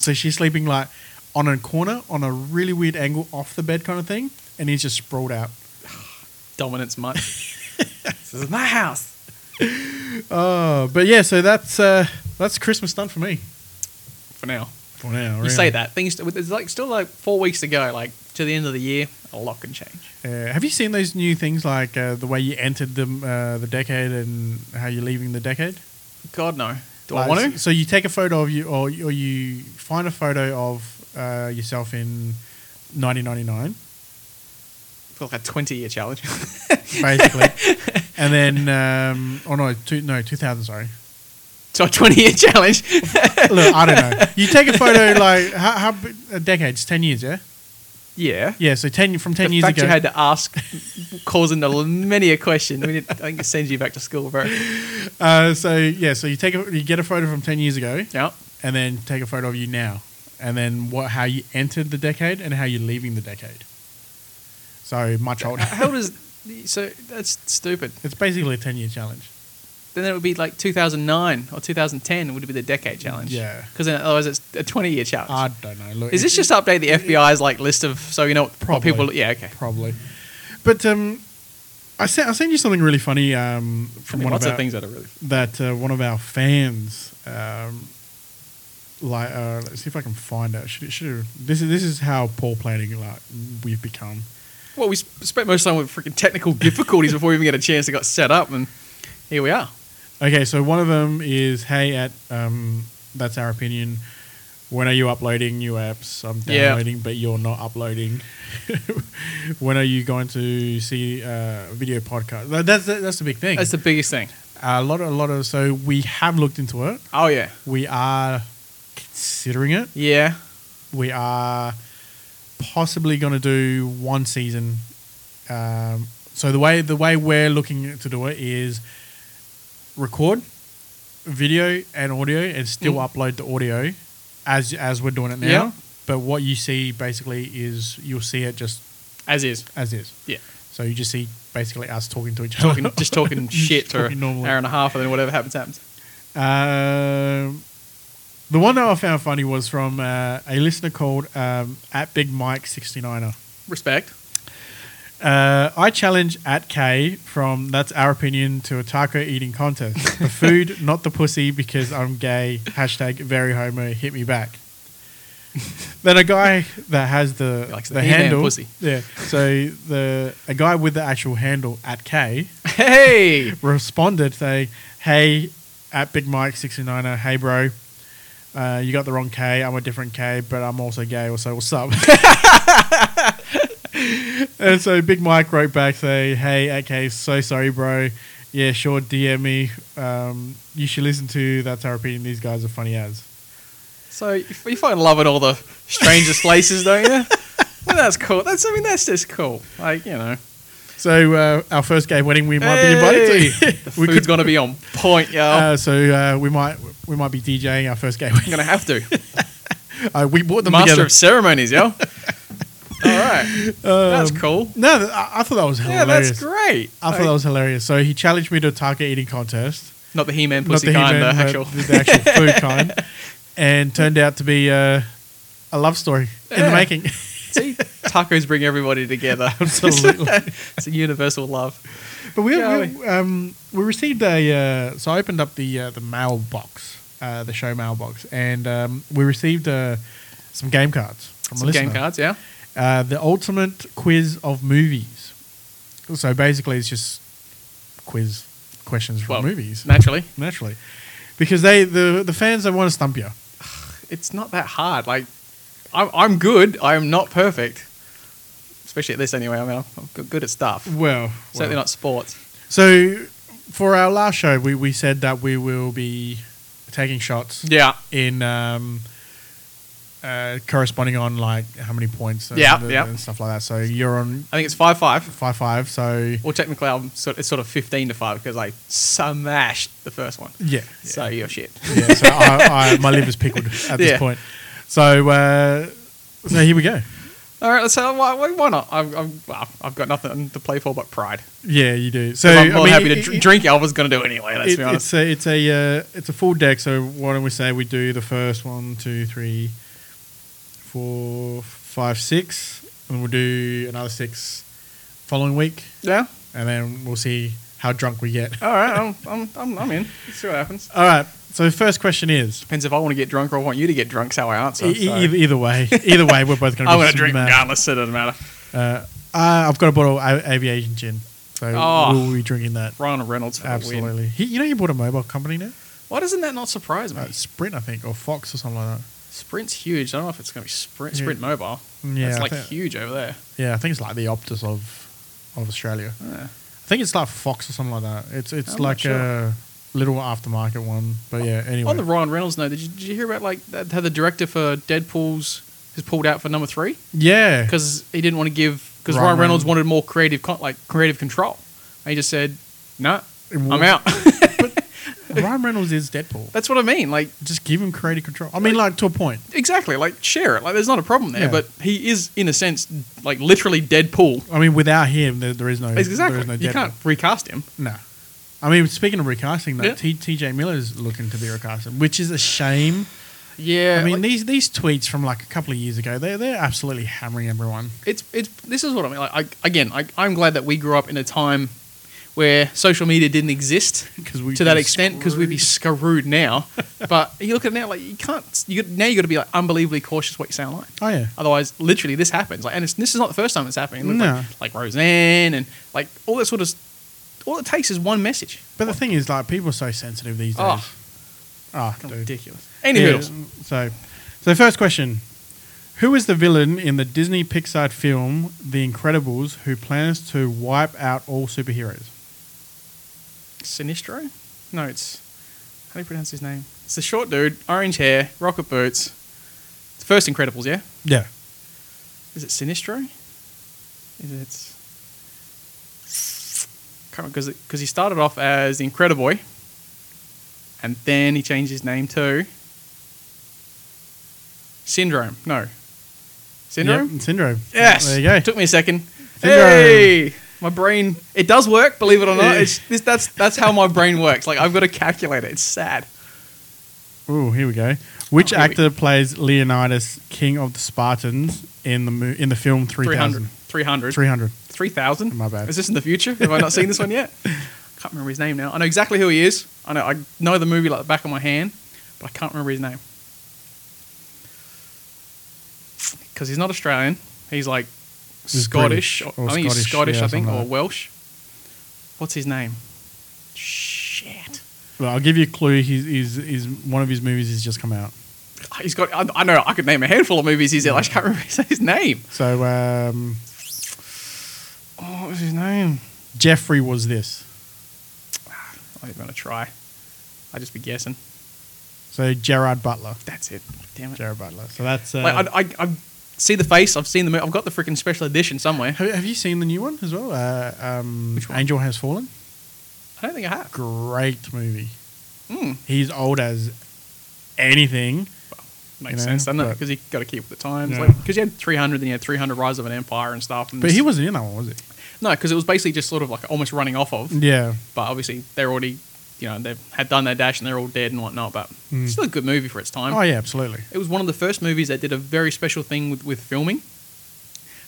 [SPEAKER 2] So she's sleeping like on a corner, on a really weird angle, off the bed kind of thing, and he's just sprawled out.
[SPEAKER 3] Dominance mutt. this is my house.
[SPEAKER 2] Oh, but yeah, so that's uh, that's Christmas done for me.
[SPEAKER 3] For now.
[SPEAKER 2] For now,
[SPEAKER 3] You say that. Things there's like still like four weeks to go, like to the end of the year, a lot can change.
[SPEAKER 2] Uh, have you seen those new things like uh, the way you entered the uh, the decade and how you're leaving the decade?
[SPEAKER 3] God no. Do
[SPEAKER 2] Like,
[SPEAKER 3] I want to?
[SPEAKER 2] So you take a photo of you, or or you find a photo of uh, yourself in 1999,
[SPEAKER 3] Feel like a twenty year challenge.
[SPEAKER 2] basically, and then um, oh no, two, no 2000, sorry.
[SPEAKER 3] so a twenty year challenge.
[SPEAKER 2] Look, I don't know. You take a photo like how, how b- a decades, 10 years, yeah,
[SPEAKER 3] yeah.
[SPEAKER 2] yeah. So 10 from 10
[SPEAKER 3] the
[SPEAKER 2] years
[SPEAKER 3] fact
[SPEAKER 2] ago,
[SPEAKER 3] you had to ask, causing a, many a question. I, mean, it, I think it sends you back to school, bro.
[SPEAKER 2] uh, so yeah, so you take a, you get a photo from 10 years ago,
[SPEAKER 3] Yeah.
[SPEAKER 2] and then take a photo of you now, and then what how you entered the decade and how you're leaving the decade. So much older.
[SPEAKER 3] How does so? That's stupid.
[SPEAKER 2] it's basically a ten year challenge.
[SPEAKER 3] Then it would be like 2009 or 2010 would be the decade challenge.
[SPEAKER 2] Yeah.
[SPEAKER 3] Because otherwise it's a 20 year challenge.
[SPEAKER 2] I don't know. Look,
[SPEAKER 3] Is this just update the FBI's like list of so you know what
[SPEAKER 2] Probably.
[SPEAKER 3] people? Yeah. Okay.
[SPEAKER 2] probably? But um, I sent I sent you something really funny um
[SPEAKER 3] I
[SPEAKER 2] from
[SPEAKER 3] mean,
[SPEAKER 2] one
[SPEAKER 3] lots
[SPEAKER 2] of
[SPEAKER 3] of
[SPEAKER 2] our,
[SPEAKER 3] things that are really.
[SPEAKER 2] that uh, one of our fans um. Like, uh, let's see if I can find out. Should it? Should it, this is this is how poor planning like we've become.
[SPEAKER 3] Well, we sp- spent most of the time with freaking technical difficulties before we even get a chance to get set up, and here we are.
[SPEAKER 2] Okay, so one of them is hey at um, that's our opinion. when are you uploading new apps? I'm
[SPEAKER 3] Yeah.
[SPEAKER 2] downloading, but you're not uploading. when are you going to see uh, video podcast? That- That's that's the big thing.
[SPEAKER 3] That's the biggest thing.
[SPEAKER 2] a lot, of, a lot of. So we have looked into it.
[SPEAKER 3] Oh yeah,
[SPEAKER 2] We are considering it.
[SPEAKER 3] yeah.
[SPEAKER 2] We are possibly going to do one season. Um, so the way the way we're looking to do it is record video and audio, and still upload the audio as as we're doing it now.
[SPEAKER 3] Mm. Yeah.
[SPEAKER 2] But what you see basically is you'll see it just
[SPEAKER 3] As is.
[SPEAKER 2] as is.
[SPEAKER 3] Yeah.
[SPEAKER 2] So you just see basically us talking to each
[SPEAKER 3] Talking,
[SPEAKER 2] other,
[SPEAKER 3] just talking shit for
[SPEAKER 2] talking
[SPEAKER 3] an
[SPEAKER 2] normally.
[SPEAKER 3] hour and a half, and then whatever happens happens.
[SPEAKER 2] Um, the one that I found funny was from uh, a listener called um, at Big Mike 69er.
[SPEAKER 3] Respect.
[SPEAKER 2] Uh, I challenge at K from that's our opinion to a taco eating contest. The food, not the pussy, because I'm gay. Hashtag very homo. Hit me back. then a guy that has the
[SPEAKER 3] He likes
[SPEAKER 2] the
[SPEAKER 3] the- he's damn
[SPEAKER 2] handle,
[SPEAKER 3] pussy.
[SPEAKER 2] yeah. So the a guy with the actual handle at K
[SPEAKER 3] Hey,
[SPEAKER 2] responded saying, "Hey, at Big Mike 69er, hey bro, uh, you got the wrong K. I'm a different K, but I'm also gay. Or so what's up?" and so Big Mike wrote back saying, "Hey, at K, so sorry, bro. Yeah, sure, DM me. Um, you should listen to that's our opinion. These guys are funny as."
[SPEAKER 3] so you f- you fucking love it all the strangest places, don't you? Well, that's cool. That's I mean, that's just cool. Like you know,
[SPEAKER 2] So uh, our first gay wedding, we might be invited
[SPEAKER 3] the
[SPEAKER 2] to. we
[SPEAKER 3] food's
[SPEAKER 2] could,
[SPEAKER 3] gonna be on point, yo.
[SPEAKER 2] uh, so uh, we might we might be DJing our first gay
[SPEAKER 3] I'm
[SPEAKER 2] wedding.
[SPEAKER 3] gonna have to.
[SPEAKER 2] Uh, we bought them
[SPEAKER 3] Master
[SPEAKER 2] together.
[SPEAKER 3] of ceremonies, yo. all right, that's cool.
[SPEAKER 2] No, th- I, I thought that was
[SPEAKER 3] Yeah,
[SPEAKER 2] Um, hilarious.
[SPEAKER 3] that's great.
[SPEAKER 2] I thought that was hilarious. So he challenged me to a taco eating contest,
[SPEAKER 3] Not the He-Man pussy
[SPEAKER 2] not
[SPEAKER 3] kind,
[SPEAKER 2] the,
[SPEAKER 3] the
[SPEAKER 2] He-Man,
[SPEAKER 3] actual.
[SPEAKER 2] but the actual food kind, and turned out to be uh, a love story in the
[SPEAKER 3] Yeah.
[SPEAKER 2] making.
[SPEAKER 3] See, tacos bring everybody together.
[SPEAKER 2] Absolutely.
[SPEAKER 3] it's a universal love.
[SPEAKER 2] But we, we
[SPEAKER 3] Golly.
[SPEAKER 2] um we received a uh, so I opened up the uh, the mailbox, uh, the show mailbox, and um, we received uh, some game cards from a
[SPEAKER 3] Some
[SPEAKER 2] listener.
[SPEAKER 3] game cards, yeah.
[SPEAKER 2] Uh, the ultimate quiz of movies. So basically, it's just quiz questions from
[SPEAKER 3] Well,
[SPEAKER 2] movies.
[SPEAKER 3] Naturally,
[SPEAKER 2] naturally, because they the the fans they want to stump you.
[SPEAKER 3] it's not that hard. Like, I'm, I'm good. I'm not perfect, especially at this anyway. I mean, I'm- I'm good- good at stuff.
[SPEAKER 2] Well,
[SPEAKER 3] Certainly not sports.
[SPEAKER 2] So for our last show, we we said that we will be taking shots
[SPEAKER 3] Yeah,
[SPEAKER 2] in um, uh, corresponding on like how many points, and,
[SPEAKER 3] Yeah,
[SPEAKER 2] the-
[SPEAKER 3] yeah.
[SPEAKER 2] and stuff like that. So you're on
[SPEAKER 3] I think it's five five.
[SPEAKER 2] five five. So
[SPEAKER 3] Well, technically, I'm sort it's sort of fifteen to five because I smashed the first one.
[SPEAKER 2] yeah,
[SPEAKER 3] So you're shit.
[SPEAKER 2] yeah. So I, I, my liver's pickled at this
[SPEAKER 3] Yeah.
[SPEAKER 2] point. So uh, so here we go.
[SPEAKER 3] All right, so why, why- why not? I'm, I'm, well, I've got nothing to play for but pride.
[SPEAKER 2] Yeah, you do. So
[SPEAKER 3] I'm
[SPEAKER 2] I
[SPEAKER 3] more
[SPEAKER 2] mean,
[SPEAKER 3] happy to
[SPEAKER 2] it-
[SPEAKER 3] dr-
[SPEAKER 2] it-
[SPEAKER 3] drink. I was going to do anyway. Let's
[SPEAKER 2] It-
[SPEAKER 3] be honest.
[SPEAKER 2] It's a it's a uh, it's a full deck. So why don't we say we do the first one, two, three, four, five, six, and we'll do another six following week,
[SPEAKER 3] yeah.
[SPEAKER 2] and then we'll see how drunk we get.
[SPEAKER 3] All right, I'm, I'm, I'm, I'm in. Let's see what happens.
[SPEAKER 2] All right. So first question is
[SPEAKER 3] Depends if I want to get drunk or I want you to get drunk. how I answer.
[SPEAKER 2] e-
[SPEAKER 3] so.
[SPEAKER 2] e- either, either way, either way, we're both going to.
[SPEAKER 3] I'm going to drink regardless. It doesn't matter.
[SPEAKER 2] Uh, uh, I've got a bottle of a- aviation gin, so
[SPEAKER 3] Oh.
[SPEAKER 2] we'll be drinking that.
[SPEAKER 3] Ryan Reynolds. For Absolutely. Win.
[SPEAKER 2] Absolutely. He, you know, he bought a mobile company now,
[SPEAKER 3] Why doesn't that not surprise me?
[SPEAKER 2] uh, Sprint, I think, or Fox or something like that.
[SPEAKER 3] Sprint's huge. I don't know if it's going to be Sprint.
[SPEAKER 2] Yeah.
[SPEAKER 3] Sprint Mobile.
[SPEAKER 2] Yeah,
[SPEAKER 3] it's
[SPEAKER 2] I
[SPEAKER 3] like
[SPEAKER 2] think-
[SPEAKER 3] huge over there.
[SPEAKER 2] Yeah, I think it's like the Optus of of Australia.
[SPEAKER 3] Yeah.
[SPEAKER 2] I think it's like Fox or something like that. It's
[SPEAKER 3] I'm
[SPEAKER 2] it's
[SPEAKER 3] not
[SPEAKER 2] like
[SPEAKER 3] sure.
[SPEAKER 2] a little aftermarket one. But yeah, anyway.
[SPEAKER 3] On the Ryan Reynolds note, did you, did you hear about like that, how the director for Deadpool's has pulled out for number three
[SPEAKER 2] yeah.
[SPEAKER 3] because he didn't want to give because
[SPEAKER 2] Ryan
[SPEAKER 3] Ryan, Reynolds
[SPEAKER 2] Reynolds.
[SPEAKER 3] wanted more creative con- like creative control. And he just said, "No,
[SPEAKER 2] It
[SPEAKER 3] nah,
[SPEAKER 2] won't-
[SPEAKER 3] I'm out."
[SPEAKER 2] Ryan Reynolds is Deadpool.
[SPEAKER 3] That's what I mean. Like
[SPEAKER 2] Just give him creative control. I mean, like to a point.
[SPEAKER 3] exactly like share it like there's not a problem there
[SPEAKER 2] Yeah.
[SPEAKER 3] but he is in a sense like literally deadpool
[SPEAKER 2] I mean, without him, there, there is no
[SPEAKER 3] exactly
[SPEAKER 2] There is no Deadpool.
[SPEAKER 3] you can't recast him
[SPEAKER 2] No. I mean, speaking of recasting, though,
[SPEAKER 3] Yeah.
[SPEAKER 2] T- TJ Miller is looking to be recasting, which is a shame.
[SPEAKER 3] yeah
[SPEAKER 2] I mean, these these tweets from like a couple of years ago, they're they're absolutely hammering everyone.
[SPEAKER 3] it's it's this is what i mean like I, again I, i'm glad that we grew up in a time where social media didn't exist
[SPEAKER 2] 'Cause we'd
[SPEAKER 3] to that
[SPEAKER 2] be
[SPEAKER 3] extent because we'd be screwed now but you look at it now like you can't you got- now you got to be like unbelievably cautious what you sound like
[SPEAKER 2] Oh yeah,
[SPEAKER 3] Otherwise, literally, this happens. Like, and it's, this is not the first time it's happening. Look,
[SPEAKER 2] No.
[SPEAKER 3] like, like Roseanne and like all that sort of. All it takes is one message.
[SPEAKER 2] but the thing is, like, people are so sensitive these days.
[SPEAKER 3] Oh.
[SPEAKER 2] Ah, dude.
[SPEAKER 3] Ridiculous. Any
[SPEAKER 2] Yeah,
[SPEAKER 3] hoodles.
[SPEAKER 2] So, So, first question Who is the villain in the Disney Pixar film The Incredibles who plans to wipe out all superheroes?
[SPEAKER 3] Sinistro? No, it's how do you pronounce his name? It's a short dude, orange hair, rocket boots. It's first Incredibles, yeah.
[SPEAKER 2] Yeah.
[SPEAKER 3] Is it Sinistro? Is it? Can't remember because he started off as the Incrediboy, and then he changed his name to Syndrome. No, Syndrome.
[SPEAKER 2] Yep, syndrome.
[SPEAKER 3] Yes.
[SPEAKER 2] There you go.
[SPEAKER 3] Took me a second.
[SPEAKER 2] Syndrome.
[SPEAKER 3] Hey, my brain. It does work, believe it or not. It's, this, that's that's how my brain works. Like I've got to calculate it. It's sad.
[SPEAKER 2] Ooh, here we go. Which
[SPEAKER 3] Oh, here we-
[SPEAKER 2] actor plays Leonidas, king of the Spartans, in the mo- in the film
[SPEAKER 3] 300.
[SPEAKER 2] 3000?
[SPEAKER 3] 300.
[SPEAKER 2] 300.
[SPEAKER 3] 3,000?
[SPEAKER 2] My bad.
[SPEAKER 3] Is this in the future? Have I not seen this one yet? can't remember his name now. I know exactly who he is. I know I know the movie like the back of my hand, but I can't remember his name. Because he's not Australian. He's like
[SPEAKER 2] He's
[SPEAKER 3] Scottish.
[SPEAKER 2] British
[SPEAKER 3] or
[SPEAKER 2] or
[SPEAKER 3] I think he's
[SPEAKER 2] Scottish,
[SPEAKER 3] Scottish,
[SPEAKER 2] yeah,
[SPEAKER 3] I think,
[SPEAKER 2] something
[SPEAKER 3] or
[SPEAKER 2] like that.
[SPEAKER 3] Welsh. What's his name? Shit.
[SPEAKER 2] Well, I'll give you a clue. He's, he's, he's one of his movies has just come out.
[SPEAKER 3] He's got. I, I know. I could name a handful of movies he's in. I just can't remember his name.
[SPEAKER 2] So um,
[SPEAKER 3] Oh, what was his name?
[SPEAKER 2] Jeffrey was this.
[SPEAKER 3] I'm not Ah, even gonna try. I'd just be guessing.
[SPEAKER 2] So Gerard Butler.
[SPEAKER 3] That's it. Damn it.
[SPEAKER 2] Gerard Butler. So that's. Uh,
[SPEAKER 3] Like, I, I, I see the face. I've seen the. mo- I've got the freaking special edition somewhere.
[SPEAKER 2] have, have you seen the new one as well? Uh, um,
[SPEAKER 3] Which one?
[SPEAKER 2] Angel Has Fallen.
[SPEAKER 3] I don't think I have.
[SPEAKER 2] Great movie.
[SPEAKER 3] Hmm.
[SPEAKER 2] He's old as anything.
[SPEAKER 3] Makes
[SPEAKER 2] You know,
[SPEAKER 3] sense, doesn't it?
[SPEAKER 2] but-
[SPEAKER 3] Because you got to keep with the times.
[SPEAKER 2] Yeah.
[SPEAKER 3] Because you had 300, then you had 300 Rise of an Empire and stuff. And
[SPEAKER 2] But he
[SPEAKER 3] s-
[SPEAKER 2] wasn't in that one, was he?
[SPEAKER 3] no, because it was basically just sort of like almost running off of.
[SPEAKER 2] Yeah.
[SPEAKER 3] But obviously they're already, you know, they've had done their dash and they're all dead and whatnot. But
[SPEAKER 2] Mm.
[SPEAKER 3] it's still a good movie for its time.
[SPEAKER 2] Oh yeah, absolutely.
[SPEAKER 3] It was one of the first movies that did a very special thing with, with filming,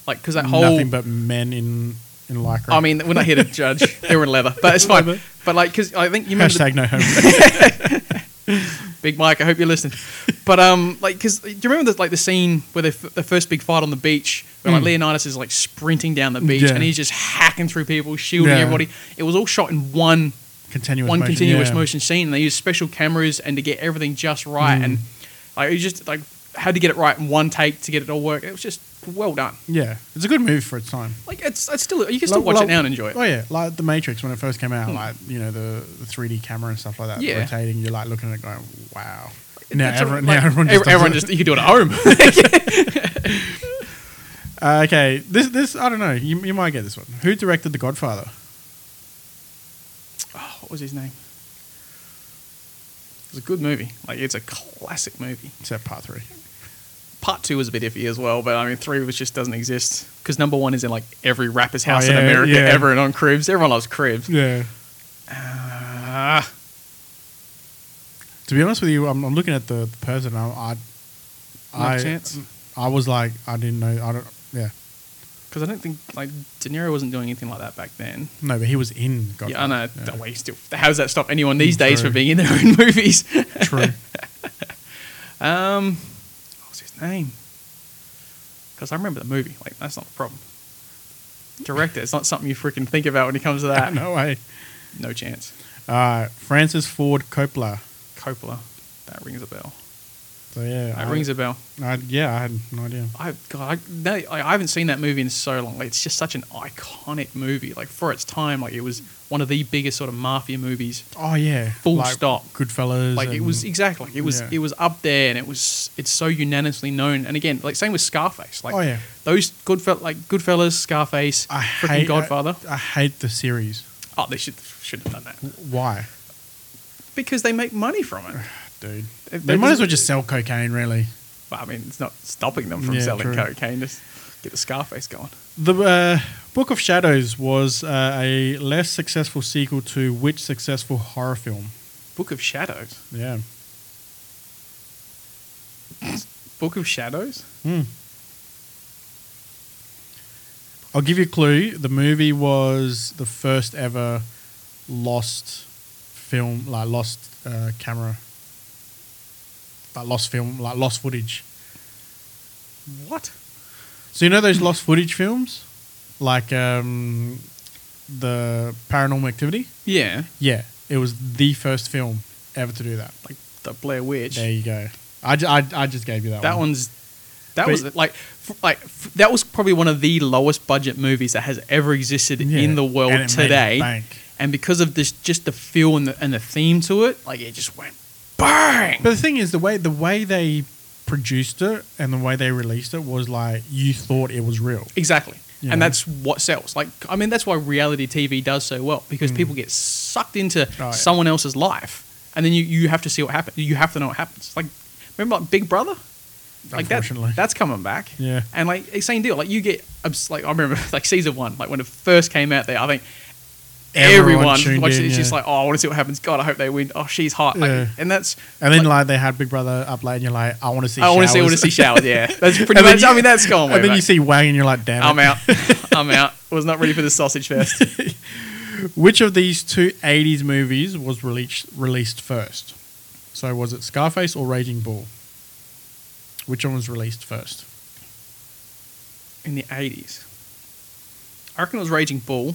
[SPEAKER 3] like because that whole
[SPEAKER 2] Nothing but men in in lycra.
[SPEAKER 3] I mean, we're not here to judge. they were in leather, but it's fine.
[SPEAKER 2] Leather.
[SPEAKER 3] But like, because I think you remember the-
[SPEAKER 2] hashtag no homo.
[SPEAKER 3] Big Mike, I hope you're listening. But um, like, because do you remember the, like the scene where they f- the first big fight on the beach, where like
[SPEAKER 2] Mm.
[SPEAKER 3] Leonidas is like sprinting down the beach
[SPEAKER 2] Yeah.
[SPEAKER 3] and he's just hacking through people, shielding
[SPEAKER 2] Yeah.
[SPEAKER 3] everybody. It was all shot in one
[SPEAKER 2] continuous
[SPEAKER 3] one
[SPEAKER 2] motion,
[SPEAKER 3] continuous
[SPEAKER 2] yeah.
[SPEAKER 3] motion scene. And they used special cameras and to get everything just
[SPEAKER 2] Hmm.
[SPEAKER 3] right, and like you just like had to get it right in one take to get it all work. It was just well done.
[SPEAKER 2] Yeah, it's a good movie for its time.
[SPEAKER 3] Like it's, it's still you can still
[SPEAKER 2] Like-
[SPEAKER 3] watch
[SPEAKER 2] like-
[SPEAKER 3] it now and enjoy it. Hmm.
[SPEAKER 2] Oh yeah, like The Matrix when it first came out, like you know the, the 3D camera and stuff like that
[SPEAKER 3] Yeah.
[SPEAKER 2] rotating. You're like looking at it going, wow. Now,
[SPEAKER 3] That's all-
[SPEAKER 2] everyone,
[SPEAKER 3] like,
[SPEAKER 2] now everyone just
[SPEAKER 3] ev-
[SPEAKER 2] does
[SPEAKER 3] everyone
[SPEAKER 2] it.
[SPEAKER 3] just you can do it at home.
[SPEAKER 2] Uh, okay, this this I don't know. You, you might get this one. Who directed The Godfather?
[SPEAKER 3] oh, what was his name? It was a good movie. Like it's a classic movie.
[SPEAKER 2] Except Part Three.
[SPEAKER 3] Part two was a bit iffy as well, but I mean three was just doesn't exist because number one is in like every rapper's house
[SPEAKER 2] Oh, yeah,
[SPEAKER 3] in America
[SPEAKER 2] yeah.
[SPEAKER 3] ever and on cribs. Everyone loves cribs.
[SPEAKER 2] Yeah.
[SPEAKER 3] Ah,
[SPEAKER 2] To be honest with you, I'm, I'm looking at the, the person. I
[SPEAKER 3] no
[SPEAKER 2] I, I,
[SPEAKER 3] chance
[SPEAKER 2] I was like, I didn't know. I don't. Yeah.
[SPEAKER 3] because I don't think like De Niro wasn't doing anything like that back then.
[SPEAKER 2] No, but he was in Godfather.
[SPEAKER 3] Yeah, I know.
[SPEAKER 2] Yeah. Mm,
[SPEAKER 3] That way, still, how does that stop anyone these days
[SPEAKER 2] True.
[SPEAKER 3] from being in their own movies?
[SPEAKER 2] True.
[SPEAKER 3] um, what was his name? Because I remember the movie. Like that's not the problem. Director, it's not something you freaking think about when it comes to that.
[SPEAKER 2] no way.
[SPEAKER 3] No chance.
[SPEAKER 2] Uh, Francis Ford Coppola.
[SPEAKER 3] Coppola. That rings a bell.
[SPEAKER 2] So yeah,
[SPEAKER 3] That
[SPEAKER 2] I,
[SPEAKER 3] rings a bell.
[SPEAKER 2] I- yeah, I had no idea.
[SPEAKER 3] I God, I, no, I I haven't seen that movie in so long. Like, it's just such an iconic movie. Like for its time, like it was one of the biggest sort of mafia movies.
[SPEAKER 2] Oh yeah,
[SPEAKER 3] Full stop.
[SPEAKER 2] Goodfellas.
[SPEAKER 3] Like it
[SPEAKER 2] and-
[SPEAKER 3] was exactly. It was
[SPEAKER 2] yeah.
[SPEAKER 3] it was up there, and it was it's so unanimously known. And again, like same with Scarface. Like
[SPEAKER 2] Oh, yeah.
[SPEAKER 3] those good like Goodfellas, Scarface,
[SPEAKER 2] I
[SPEAKER 3] freaking
[SPEAKER 2] hate
[SPEAKER 3] Godfather.
[SPEAKER 2] I, I hate the series.
[SPEAKER 3] oh, they should should have done that
[SPEAKER 2] Why,
[SPEAKER 3] because they make money from it.
[SPEAKER 2] dude?
[SPEAKER 3] If
[SPEAKER 2] they
[SPEAKER 3] they
[SPEAKER 2] might as
[SPEAKER 3] just-
[SPEAKER 2] well just sell cocaine. Really,
[SPEAKER 3] But I mean, it's not stopping them from
[SPEAKER 2] Yeah,
[SPEAKER 3] selling
[SPEAKER 2] true.
[SPEAKER 3] cocaine. Just get the Scarface going.
[SPEAKER 2] the uh, Book of Shadows was uh, a less successful sequel to which successful horror film?
[SPEAKER 3] Book of Shadows.
[SPEAKER 2] Yeah,
[SPEAKER 3] Book of Shadows.
[SPEAKER 2] Hmm. I'll give you a clue. The movie was the first ever lost film, like lost uh, camera, like lost film, like lost footage.
[SPEAKER 3] What?
[SPEAKER 2] So you know those lost footage films, like um, the Paranormal Activity.
[SPEAKER 3] Yeah,
[SPEAKER 2] Yeah, it was the first film ever to do that.
[SPEAKER 3] like the Blair Witch.
[SPEAKER 2] There you go. I, ju- I, I just gave you that,
[SPEAKER 3] That
[SPEAKER 2] one.
[SPEAKER 3] one's that
[SPEAKER 2] But-
[SPEAKER 3] was like f- like f- that was probably one of the lowest budget movies that has ever existed
[SPEAKER 2] Yeah.
[SPEAKER 3] in the world
[SPEAKER 2] And it made it
[SPEAKER 3] today.
[SPEAKER 2] bank.
[SPEAKER 3] And because of this, just the feel and the, and the theme to it, like it just went bang.
[SPEAKER 2] But the thing is, the way the way they produced it and the way they released it was like you thought it was real.
[SPEAKER 3] Exactly.
[SPEAKER 2] You
[SPEAKER 3] And
[SPEAKER 2] know?
[SPEAKER 3] that's what sells. Like, I mean, that's why reality TV does so well because people get sucked into
[SPEAKER 2] Hmm. Right.
[SPEAKER 3] someone else's life, and then you, you have to see what happens. You have to know what happens. Like, remember like Big Brother? Like that,
[SPEAKER 2] Unfortunately.
[SPEAKER 3] that's coming back.
[SPEAKER 2] Yeah.
[SPEAKER 3] And like it's same deal. Like you get obs- like I remember like season one, like when it first came out, there I think
[SPEAKER 2] Everyone
[SPEAKER 3] everyone,
[SPEAKER 2] tuned
[SPEAKER 3] watched it.
[SPEAKER 2] in,
[SPEAKER 3] It's just
[SPEAKER 2] yeah.
[SPEAKER 3] like, oh, I want to see what happens. God, I hope they win. Oh, she's hot. Like,
[SPEAKER 2] Yeah.
[SPEAKER 3] and that's
[SPEAKER 2] And then like, they had Big Brother up late, and you're like, I want to see.
[SPEAKER 3] I want to see I want to
[SPEAKER 2] showers.
[SPEAKER 3] see showers. Yeah, that's pretty
[SPEAKER 2] And then
[SPEAKER 3] much. I
[SPEAKER 2] you-
[SPEAKER 3] mean, that's gone. Way
[SPEAKER 2] and then
[SPEAKER 3] back. Oh,
[SPEAKER 2] you see Wang, and you're like, damn.
[SPEAKER 3] I'm
[SPEAKER 2] it.
[SPEAKER 3] out. I'm out. Was not ready for the sausage fest.
[SPEAKER 2] Which of these two '80s movies was released released first? So was it Scarface or Raging Bull? Which one was released first?
[SPEAKER 3] in the eighties. I reckon it was Raging Bull.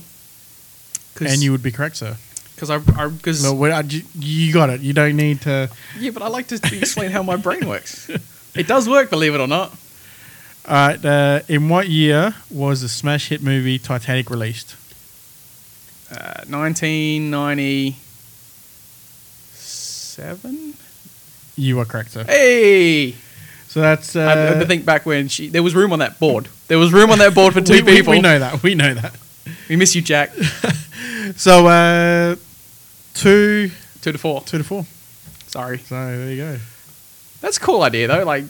[SPEAKER 2] And you would be correct, sir.
[SPEAKER 3] because I because
[SPEAKER 2] No, wait, I ju- you got it. You don't need to.
[SPEAKER 3] yeah, but I like to explain how my brain works. It does work, believe it or not.
[SPEAKER 2] All right. Uh, in what year was the smash hit movie Titanic released?
[SPEAKER 3] Uh, Nineteen ninety seven.
[SPEAKER 2] You are correct, sir.
[SPEAKER 3] Hey,
[SPEAKER 2] So that's. Uh,
[SPEAKER 3] I had to think back when she there was room on that board. There was room on that board for two
[SPEAKER 2] we, we-
[SPEAKER 3] people.
[SPEAKER 2] We, know that. We know that.
[SPEAKER 3] We miss you, Jack.
[SPEAKER 2] So uh, two,
[SPEAKER 3] two to four.
[SPEAKER 2] two to four.
[SPEAKER 3] Sorry,
[SPEAKER 2] So there you go.
[SPEAKER 3] that's a cool idea though. Like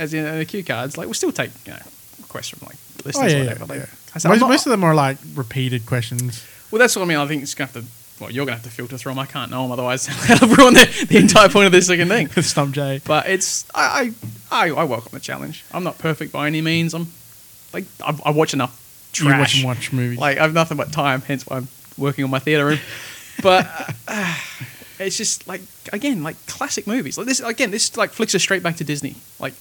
[SPEAKER 3] as in uh, the cue cards, like we'll still take you know requests from like listeners
[SPEAKER 2] Oh yeah,
[SPEAKER 3] or
[SPEAKER 2] yeah,
[SPEAKER 3] whatever. Like,
[SPEAKER 2] yeah.
[SPEAKER 3] I said, I'm
[SPEAKER 2] Most,
[SPEAKER 3] not-
[SPEAKER 2] most of them are like repeated questions.
[SPEAKER 3] Well, that's what I mean. I think it's gonna have to. Well, you're gonna have to filter through them. I can't know them, otherwise I'll ruin the, the entire point of this second thing.
[SPEAKER 2] Stump J.
[SPEAKER 3] But it's I I, I I welcome the challenge. I'm not perfect by any means. I'm like I, I watch enough
[SPEAKER 2] You watch
[SPEAKER 3] trash.
[SPEAKER 2] and watch movies.
[SPEAKER 3] Like I've nothing but time, hence why I'm working on my theater room. But uh, it's just like again, like classic movies. Like this again, this like flicks us straight back to Disney. Like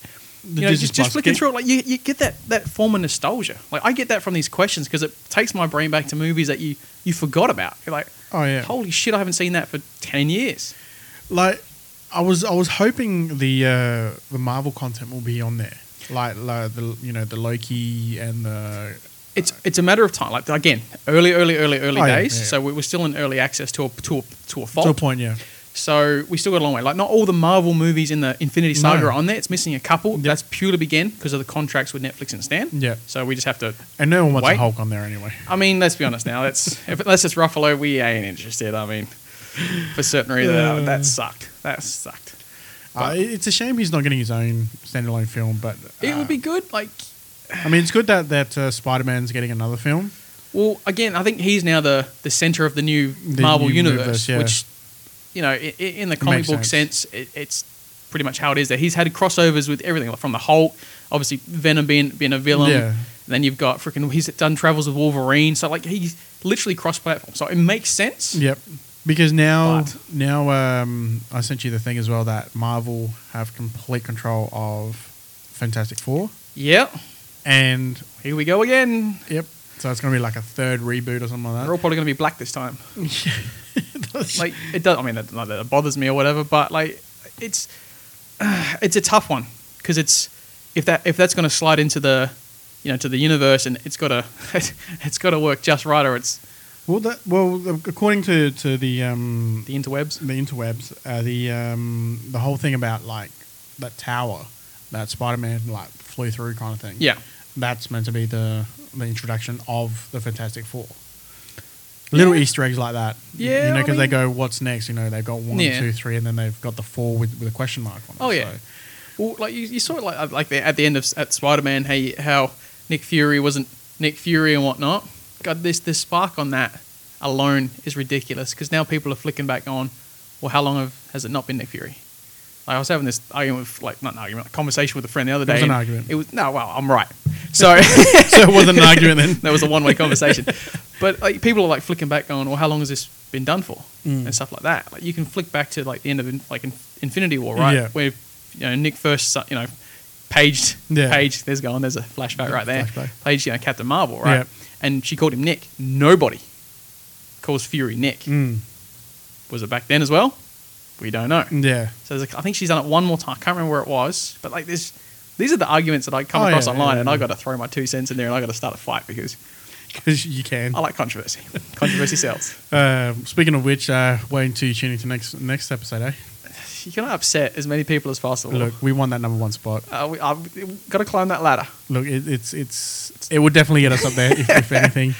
[SPEAKER 3] you know,
[SPEAKER 2] Disney
[SPEAKER 3] just,
[SPEAKER 2] Plus.
[SPEAKER 3] just flicking
[SPEAKER 2] Get-
[SPEAKER 3] through it, like you, you get that that form of nostalgia. Like I get that from these questions because it takes my brain back to movies that you you forgot about. You're like,
[SPEAKER 2] Oh, yeah.
[SPEAKER 3] holy shit, I haven't seen that for ten years.
[SPEAKER 2] like I was I was hoping the uh, the Marvel content will be on there, like, like the you know the Loki and the
[SPEAKER 3] It's it's a matter of time. Like again, early, early, early, early
[SPEAKER 2] Oh, yeah,
[SPEAKER 3] days.
[SPEAKER 2] yeah, yeah.
[SPEAKER 3] So we, we're still in early access to a to a, to a fault.
[SPEAKER 2] to a point, yeah.
[SPEAKER 3] So we still got a long way. Like not all the Marvel movies in the Infinity Saga
[SPEAKER 2] No.
[SPEAKER 3] are on there. It's missing a couple. That's purely begin because of the contracts with Netflix and Stan.
[SPEAKER 2] Yeah.
[SPEAKER 3] So we just have to.
[SPEAKER 2] And no one wants
[SPEAKER 3] Wait.
[SPEAKER 2] a Hulk on there anyway.
[SPEAKER 3] I mean, let's be honest now. That's if, unless it's Ruffalo, we ain't interested. I mean, for certain reason, that-
[SPEAKER 2] Yeah.
[SPEAKER 3] that sucked. That sucked.
[SPEAKER 2] Uh, it- it's a shame he's not getting his own standalone film, but
[SPEAKER 3] It
[SPEAKER 2] uh,
[SPEAKER 3] would be good. Like,
[SPEAKER 2] I mean, it's good that that uh, Spider Man's getting another film.
[SPEAKER 3] well, again, I think he's now the the center of the new
[SPEAKER 2] The
[SPEAKER 3] Marvel
[SPEAKER 2] new
[SPEAKER 3] universe,
[SPEAKER 2] universe, yeah.
[SPEAKER 3] which you know, i i in the comic
[SPEAKER 2] makes
[SPEAKER 3] book
[SPEAKER 2] sense.
[SPEAKER 3] sense, it, it's pretty much how it is. That he's had crossovers with everything, like from the Hulk, obviously Venom being being a villain.
[SPEAKER 2] Yeah.
[SPEAKER 3] Then you've got freaking he's done travels with Wolverine, so like he's literally cross platform. So it makes sense.
[SPEAKER 2] Yep. Because now,
[SPEAKER 3] But-
[SPEAKER 2] now um, I sent you the thing as well that Marvel have complete control of Fantastic Four,
[SPEAKER 3] Yeah.
[SPEAKER 2] and
[SPEAKER 3] Here we go again.
[SPEAKER 2] yep, so it's gonna be like a third reboot or something like
[SPEAKER 3] They're all probably going to be black this time.
[SPEAKER 2] that.
[SPEAKER 3] like it does. I mean, that, not that it bothers me or whatever, but like it's it's a tough one because it's if that if that's going to slide into the you know to the universe and it's got to it's got to work just right or it's
[SPEAKER 2] well, that, well, according to to the um,
[SPEAKER 3] the interwebs.
[SPEAKER 2] the interwebs, uh, the um, the whole thing about like that tower that Spider Man like flew through kind of thing.
[SPEAKER 3] Yeah.
[SPEAKER 2] that's meant to be the the introduction of the Fantastic Four. Little
[SPEAKER 3] Yeah.
[SPEAKER 2] Easter eggs like that. Y-
[SPEAKER 3] Yeah,
[SPEAKER 2] you know,
[SPEAKER 3] I
[SPEAKER 2] because they
[SPEAKER 3] mean-
[SPEAKER 2] go, "What's next?" You know, they've got one, two, three,
[SPEAKER 3] Yeah.
[SPEAKER 2] and then they've got the four with, with a question mark on it.
[SPEAKER 3] Oh yeah.
[SPEAKER 2] so-
[SPEAKER 3] Well, like you, you saw it like like the, at the end of at Spider Man, how you- how Nick Fury wasn't Nick Fury and whatnot. God, this this spark on that alone is ridiculous because now people are flicking back on. Well, how long have, has it not been Nick Fury? Like I was having this argument with like not an argument, a conversation with a friend the other
[SPEAKER 2] It
[SPEAKER 3] day.
[SPEAKER 2] was an
[SPEAKER 3] and
[SPEAKER 2] argument.
[SPEAKER 3] It was no, well, I'm right. So
[SPEAKER 2] so it wasn't an argument then.
[SPEAKER 3] that was a one way conversation. But like people are like flicking back going, well, how long has this been done for?
[SPEAKER 2] Mm.
[SPEAKER 3] And stuff like that. Like you can flick back to like the end of in- like in- Infinity War, right?
[SPEAKER 2] Yeah.
[SPEAKER 3] Where you know Nick first su- you know paged
[SPEAKER 2] Yeah.
[SPEAKER 3] paged there's going there's a flashback right there.
[SPEAKER 2] Flashback.
[SPEAKER 3] Paged you know Captain Marvel, right?
[SPEAKER 2] Yeah.
[SPEAKER 3] And she called him Nick. Nobody calls Fury Nick.
[SPEAKER 2] Mm.
[SPEAKER 3] Was it back then as well? We don't know.
[SPEAKER 2] Yeah.
[SPEAKER 3] So there's a, I think she's done it one more time. I can't remember where it was, but like this, these are the arguments that I come
[SPEAKER 2] Oh,
[SPEAKER 3] across
[SPEAKER 2] yeah,
[SPEAKER 3] online,
[SPEAKER 2] yeah,
[SPEAKER 3] and I
[SPEAKER 2] yeah.
[SPEAKER 3] got to throw my two cents in there, and I got to start a fight because
[SPEAKER 2] Because you can.
[SPEAKER 3] I like controversy. controversy sells.
[SPEAKER 2] Um, speaking of which, uh, wait until you tune into next next episode, eh?
[SPEAKER 3] You can upset as many people as possible.
[SPEAKER 2] Look, we won that number one spot.
[SPEAKER 3] uh, we, I've got to climb that ladder.
[SPEAKER 2] Look, it, it's it's it would definitely get us up there if, if anything.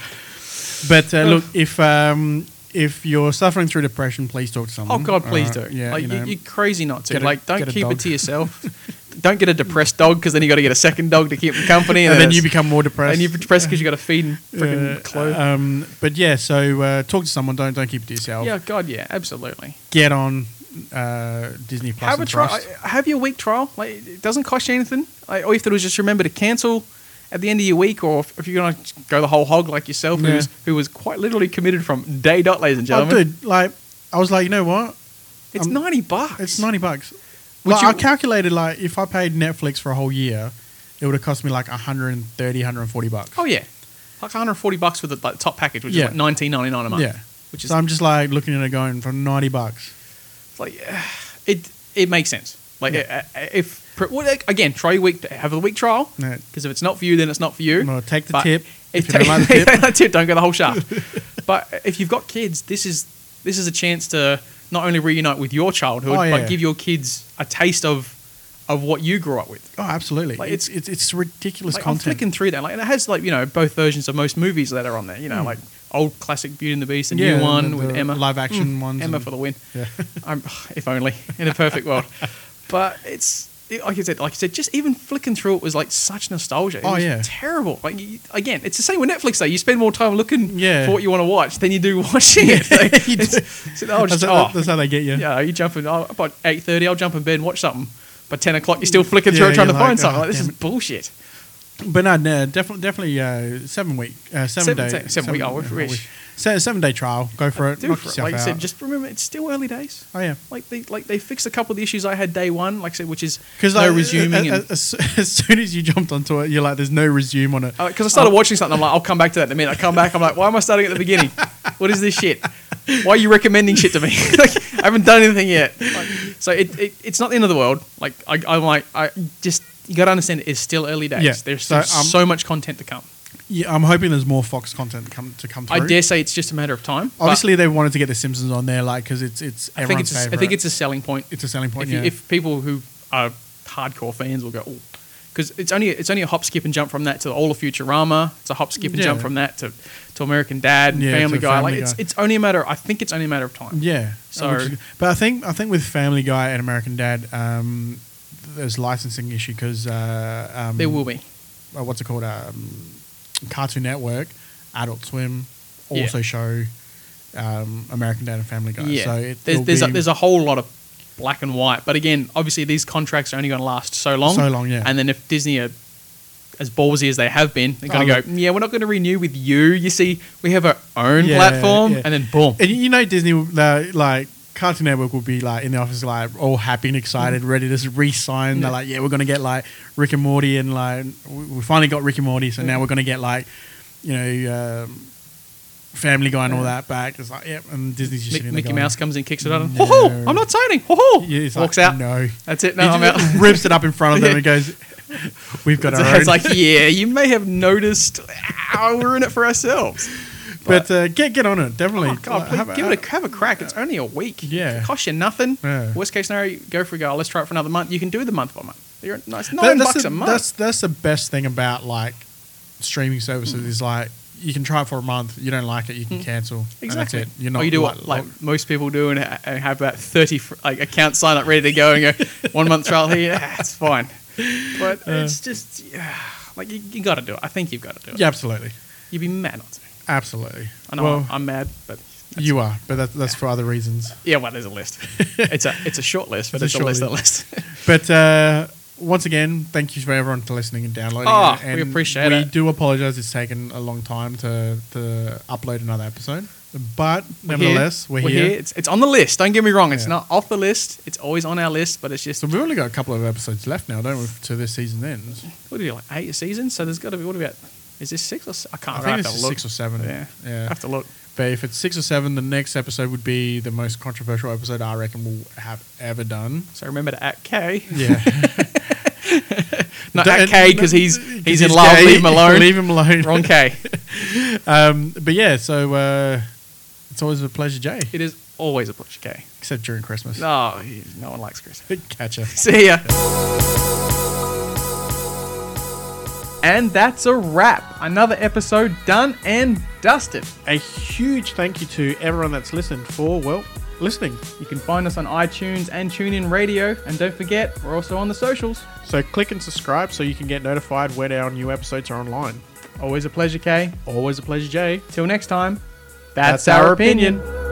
[SPEAKER 2] But uh, look, if um, if you're suffering through depression, please talk to
[SPEAKER 3] Oh
[SPEAKER 2] someone.
[SPEAKER 3] God, please
[SPEAKER 2] Alright,
[SPEAKER 3] do.
[SPEAKER 2] Mm, Yeah,
[SPEAKER 3] like
[SPEAKER 2] you
[SPEAKER 3] you
[SPEAKER 2] know.
[SPEAKER 3] are crazy not to.
[SPEAKER 2] get a-
[SPEAKER 3] like don't
[SPEAKER 2] get a
[SPEAKER 3] keep it
[SPEAKER 2] dog.
[SPEAKER 3] to yourself. don't get a depressed dog because then you got to get a second dog to keep him company,
[SPEAKER 2] and then you
[SPEAKER 3] it's-
[SPEAKER 2] become more depressed.
[SPEAKER 3] and you're depressed because you got to feed and freaking
[SPEAKER 2] Uh,
[SPEAKER 3] clothe.
[SPEAKER 2] um, but yeah, so uh, talk to someone. Don't don't keep it to yourself.
[SPEAKER 3] yeah, God, yeah, absolutely.
[SPEAKER 2] Get on uh, Disney Plus.
[SPEAKER 3] Have a
[SPEAKER 2] and
[SPEAKER 3] trial.
[SPEAKER 2] Trust.
[SPEAKER 3] Have your week trial. Like it doesn't cost you anything. Like, all you have to do is just remember to cancel at the end of your week, or if, if you're gonna go the whole hog like yourself,
[SPEAKER 2] Yeah.
[SPEAKER 3] who was who was quite literally committed from day dot, ladies and
[SPEAKER 2] Oh,
[SPEAKER 3] gentlemen.
[SPEAKER 2] dude, like I was like, you know what?
[SPEAKER 3] it's
[SPEAKER 2] I'm-
[SPEAKER 3] ninety bucks.
[SPEAKER 2] It's ninety bucks.
[SPEAKER 3] Would
[SPEAKER 2] Like,
[SPEAKER 3] you-
[SPEAKER 2] I calculated like if I paid Netflix for a whole year, it would have cost me like 130, 140 bucks.
[SPEAKER 3] Oh yeah, like one hundred forty bucks for the like, top package, which
[SPEAKER 2] Yeah.
[SPEAKER 3] is like nineteen ninety nine a month.
[SPEAKER 2] yeah.
[SPEAKER 3] which is
[SPEAKER 2] so I'm just like looking at it going for ninety bucks.
[SPEAKER 3] It's like uh, it it makes sense. Like uh, uh, if pr- well, like, again, try your week, have a week trial.
[SPEAKER 2] Yeah.
[SPEAKER 3] Because if it's not for you, then it's not for you.
[SPEAKER 2] No, take the
[SPEAKER 3] But
[SPEAKER 2] tip.
[SPEAKER 3] If,
[SPEAKER 2] If you don't like the
[SPEAKER 3] you
[SPEAKER 2] tip.
[SPEAKER 3] don't like the tip, don't go the whole shaft. but if you've got kids, this is this is a chance to not only reunite with your childhood,
[SPEAKER 2] Oh, yeah.
[SPEAKER 3] but give your kids a taste of of what you grew up with.
[SPEAKER 2] Oh, absolutely.
[SPEAKER 3] Like,
[SPEAKER 2] it's, it's it's ridiculous
[SPEAKER 3] Like, I'm
[SPEAKER 2] content.
[SPEAKER 3] flicking through that, like, and it has like you know both versions of most movies that are on there. You know, like old classic Beauty and the Beast, the
[SPEAKER 2] Hmm. Yeah,
[SPEAKER 3] new
[SPEAKER 2] and
[SPEAKER 3] one
[SPEAKER 2] the-
[SPEAKER 3] with
[SPEAKER 2] the
[SPEAKER 3] Emma, Hmm.
[SPEAKER 2] live action ones
[SPEAKER 3] Emma
[SPEAKER 2] and-
[SPEAKER 3] for the win.
[SPEAKER 2] Yeah.
[SPEAKER 3] I'm, if only in a perfect world. But it's it- like I said, like I said, just even flicking through it was like such nostalgia. It
[SPEAKER 2] Oh,
[SPEAKER 3] was
[SPEAKER 2] yeah.
[SPEAKER 3] terrible. Like you, again, it's the same with Netflix though. You spend more time looking
[SPEAKER 2] Yeah.
[SPEAKER 3] for what you want to watch than you do watching it. Like,
[SPEAKER 2] You
[SPEAKER 3] it's-
[SPEAKER 2] do.
[SPEAKER 3] so now I'll
[SPEAKER 2] that's,
[SPEAKER 3] just,
[SPEAKER 2] how,
[SPEAKER 3] oh,
[SPEAKER 2] that's how they get you.
[SPEAKER 3] yeah, you jump in oh, about eight thirty. I'll jump in bed and watch something. By ten o'clock, you're still flicking through
[SPEAKER 2] Yeah,
[SPEAKER 3] it trying to
[SPEAKER 2] you're
[SPEAKER 3] find
[SPEAKER 2] like,
[SPEAKER 3] something.
[SPEAKER 2] "Oh,
[SPEAKER 3] like this
[SPEAKER 2] damn
[SPEAKER 3] is
[SPEAKER 2] it."
[SPEAKER 3] bullshit.
[SPEAKER 2] But no, no definitely, definitely uh, seven week, uh, seven,
[SPEAKER 3] Seven
[SPEAKER 2] day,
[SPEAKER 3] day- seven week, I wish-
[SPEAKER 2] I
[SPEAKER 3] wish.
[SPEAKER 2] Se- seven day trial. Go for it.
[SPEAKER 3] Do
[SPEAKER 2] knock
[SPEAKER 3] for it.
[SPEAKER 2] yourself
[SPEAKER 3] Like I
[SPEAKER 2] out.
[SPEAKER 3] said, just remember it's still early days.
[SPEAKER 2] oh yeah.
[SPEAKER 3] Like they like they fixed a couple of the issues I had day one. Like I said, which is
[SPEAKER 2] Because uh,
[SPEAKER 3] no
[SPEAKER 2] like,
[SPEAKER 3] resuming. and,
[SPEAKER 2] as, as, as soon as you jumped onto it, you're like, "There's no resume on it." Oh,
[SPEAKER 3] because Uh, Oh, I started watching something. I'm like, I'll come back to that in a minute. I come back. I'm like, why am I starting at the beginning? What is this shit? Why are you recommending shit to me? like, I haven't done anything yet. Like, so it, it it's not the end of the world. Like I, I'm like I just you got to understand it's still early days.
[SPEAKER 2] Yeah.
[SPEAKER 3] There's
[SPEAKER 2] So,
[SPEAKER 3] so,
[SPEAKER 2] um,
[SPEAKER 3] so much content to come.
[SPEAKER 2] yeah, I'm hoping there's more Fox content come to come through.
[SPEAKER 3] I dare say it's just a matter of time. but
[SPEAKER 2] Obviously, they wanted to get the Simpsons on there, like because it's it's
[SPEAKER 3] I think
[SPEAKER 2] everyone's
[SPEAKER 3] it's a,
[SPEAKER 2] favorite.
[SPEAKER 3] I think it's a selling point.
[SPEAKER 2] it's a selling point.
[SPEAKER 3] if,
[SPEAKER 2] yeah.
[SPEAKER 3] you, if people who are hardcore fans will go, oh, because it's only it's only a hop, skip, and jump from that to all of Futurama. It's a hop, skip, and
[SPEAKER 2] Yeah.
[SPEAKER 3] jump from that to, to American Dad and
[SPEAKER 2] Yeah,
[SPEAKER 3] Family
[SPEAKER 2] to
[SPEAKER 3] Guy. like
[SPEAKER 2] Family
[SPEAKER 3] it's
[SPEAKER 2] Guy.
[SPEAKER 3] it's only a matter. I think it's only a matter of time.
[SPEAKER 2] yeah.
[SPEAKER 3] So-
[SPEAKER 2] Which is- but I think I think with Family Guy and American Dad, um, there's licensing issue because uh, um,
[SPEAKER 3] There will be.
[SPEAKER 2] uh, what's it called? Um, Cartoon Network, Adult Swim,
[SPEAKER 3] Yeah.
[SPEAKER 2] also show um, American Dad and Family Guy.
[SPEAKER 3] Yeah.
[SPEAKER 2] So
[SPEAKER 3] there's
[SPEAKER 2] it, there'll
[SPEAKER 3] there's a,
[SPEAKER 2] be-
[SPEAKER 3] there's a whole lot of black and white. But again, obviously these contracts are only going to last so long.
[SPEAKER 2] So long, yeah.
[SPEAKER 3] And then if Disney are as ballsy as they have been, they're going to
[SPEAKER 2] Oh,
[SPEAKER 3] go, yeah, we're not going to renew with you. You see, we have our own
[SPEAKER 2] Yeah,
[SPEAKER 3] platform,
[SPEAKER 2] yeah.
[SPEAKER 3] and then boom.
[SPEAKER 2] And you know Disney, will- uh, like Cartoon Network, will be like in the office, like all happy and excited, ready to re-sign.
[SPEAKER 3] Mm.
[SPEAKER 2] They're
[SPEAKER 3] Yeah.
[SPEAKER 2] like, "Yeah, we're gonna get like Rick and Morty, and like we we finally got Rick and Morty, so now we're gonna get like, you know, um, Family Guy and all that back." It's like, yep, and Disney's just
[SPEAKER 3] Mick-
[SPEAKER 2] sitting there
[SPEAKER 3] Mickey
[SPEAKER 2] going,
[SPEAKER 3] Mouse comes in, kicks it out, and
[SPEAKER 2] No.
[SPEAKER 3] ho ho, I'm not signing. Ho ho,
[SPEAKER 2] Yeah, it's like,
[SPEAKER 3] walks out.
[SPEAKER 2] No,
[SPEAKER 3] That's it. No, I'm
[SPEAKER 2] he just
[SPEAKER 3] out.
[SPEAKER 2] rips it up in front of them
[SPEAKER 3] Yeah.
[SPEAKER 2] and goes, "We've got our own."
[SPEAKER 3] it's like, yeah, you may have noticed. Ow, we're in it for ourselves.
[SPEAKER 2] but uh, get get on it, definitely.
[SPEAKER 3] Oh, God,
[SPEAKER 2] Like,
[SPEAKER 3] please,
[SPEAKER 2] have a-
[SPEAKER 3] give it a have a crack. It's only a week.
[SPEAKER 2] Yeah.
[SPEAKER 3] it costs you nothing.
[SPEAKER 2] Yeah.
[SPEAKER 3] Worst case scenario, go for a go. Let's try it for another month. You can do the month by month. You're nice
[SPEAKER 2] That-
[SPEAKER 3] nine
[SPEAKER 2] that's
[SPEAKER 3] bucks
[SPEAKER 2] the,
[SPEAKER 3] a month.
[SPEAKER 2] That's that's the best thing about like streaming services
[SPEAKER 3] Mm.
[SPEAKER 2] is like you can try it for a month. You don't like it, you can cancel.
[SPEAKER 3] Exactly.
[SPEAKER 2] And that's it. You're not.
[SPEAKER 3] or you do
[SPEAKER 2] like,
[SPEAKER 3] what like most people do and, ha- and have about 30 fr- like account sign up ready to go and go one month trial here. Yeah, it's fine. But it's just yeah, like you, you got to do it. I think you've got to do it.
[SPEAKER 2] yeah, absolutely,
[SPEAKER 3] you'd be mad not to.
[SPEAKER 2] absolutely.
[SPEAKER 3] I know
[SPEAKER 2] well,
[SPEAKER 3] I'm, I'm mad, but
[SPEAKER 2] you are, but that, that's for other reasons.
[SPEAKER 3] yeah, well, there's a list. it's a it's a short list, but
[SPEAKER 2] It's
[SPEAKER 3] it's,
[SPEAKER 2] a
[SPEAKER 3] a list.
[SPEAKER 2] short
[SPEAKER 3] That list.
[SPEAKER 2] But uh, once again, thank you for everyone for listening and downloading.
[SPEAKER 3] Oh,
[SPEAKER 2] and,
[SPEAKER 3] we
[SPEAKER 2] and
[SPEAKER 3] appreciate
[SPEAKER 2] we
[SPEAKER 3] it.
[SPEAKER 2] do apologize; it's taken a long time to to upload another episode, but
[SPEAKER 3] We're here.
[SPEAKER 2] nevertheless, we're, here.
[SPEAKER 3] It's it's on the list. Don't get me wrong. It's
[SPEAKER 2] Yeah.
[SPEAKER 3] not off the list. It's always on our list, but it's just
[SPEAKER 2] So we've only got a couple of episodes left now, don't we? To this season ends.
[SPEAKER 3] what do you like eight seasons? So there's got to be what about is this six or s- I can't.
[SPEAKER 2] I
[SPEAKER 3] I
[SPEAKER 2] think
[SPEAKER 3] have
[SPEAKER 2] it's
[SPEAKER 3] to look.
[SPEAKER 2] six or seven.
[SPEAKER 3] Yeah,
[SPEAKER 2] yeah.
[SPEAKER 3] I have to look.
[SPEAKER 2] But if it's six or seven, the next episode would be the most controversial episode I reckon we'll have ever done.
[SPEAKER 3] So remember to at K.
[SPEAKER 2] Yeah,
[SPEAKER 3] Not
[SPEAKER 2] Don't-
[SPEAKER 3] at K because he's
[SPEAKER 2] Because
[SPEAKER 3] he's in love.
[SPEAKER 2] gay.
[SPEAKER 3] Leave him alone.
[SPEAKER 2] Leave him alone.
[SPEAKER 3] Wrong K.
[SPEAKER 2] Um, but yeah, so uh, it's always a pleasure, Jay.
[SPEAKER 3] It is always a pleasure, K.
[SPEAKER 2] Except during Christmas.
[SPEAKER 3] No, he- no one likes Chris.
[SPEAKER 2] Catch us.
[SPEAKER 3] See ya. And that's a wrap. Another episode done and dusted.
[SPEAKER 4] A huge thank you to everyone that's listened for, well, listening.
[SPEAKER 3] You can find us on iTunes and TuneIn Radio. And don't forget, we're also on the socials.
[SPEAKER 4] So click and subscribe so you can get notified when our new episodes are online.
[SPEAKER 3] Always a pleasure, Kay.
[SPEAKER 4] Always a pleasure, Jay.
[SPEAKER 3] Till next time, that's, our opinion.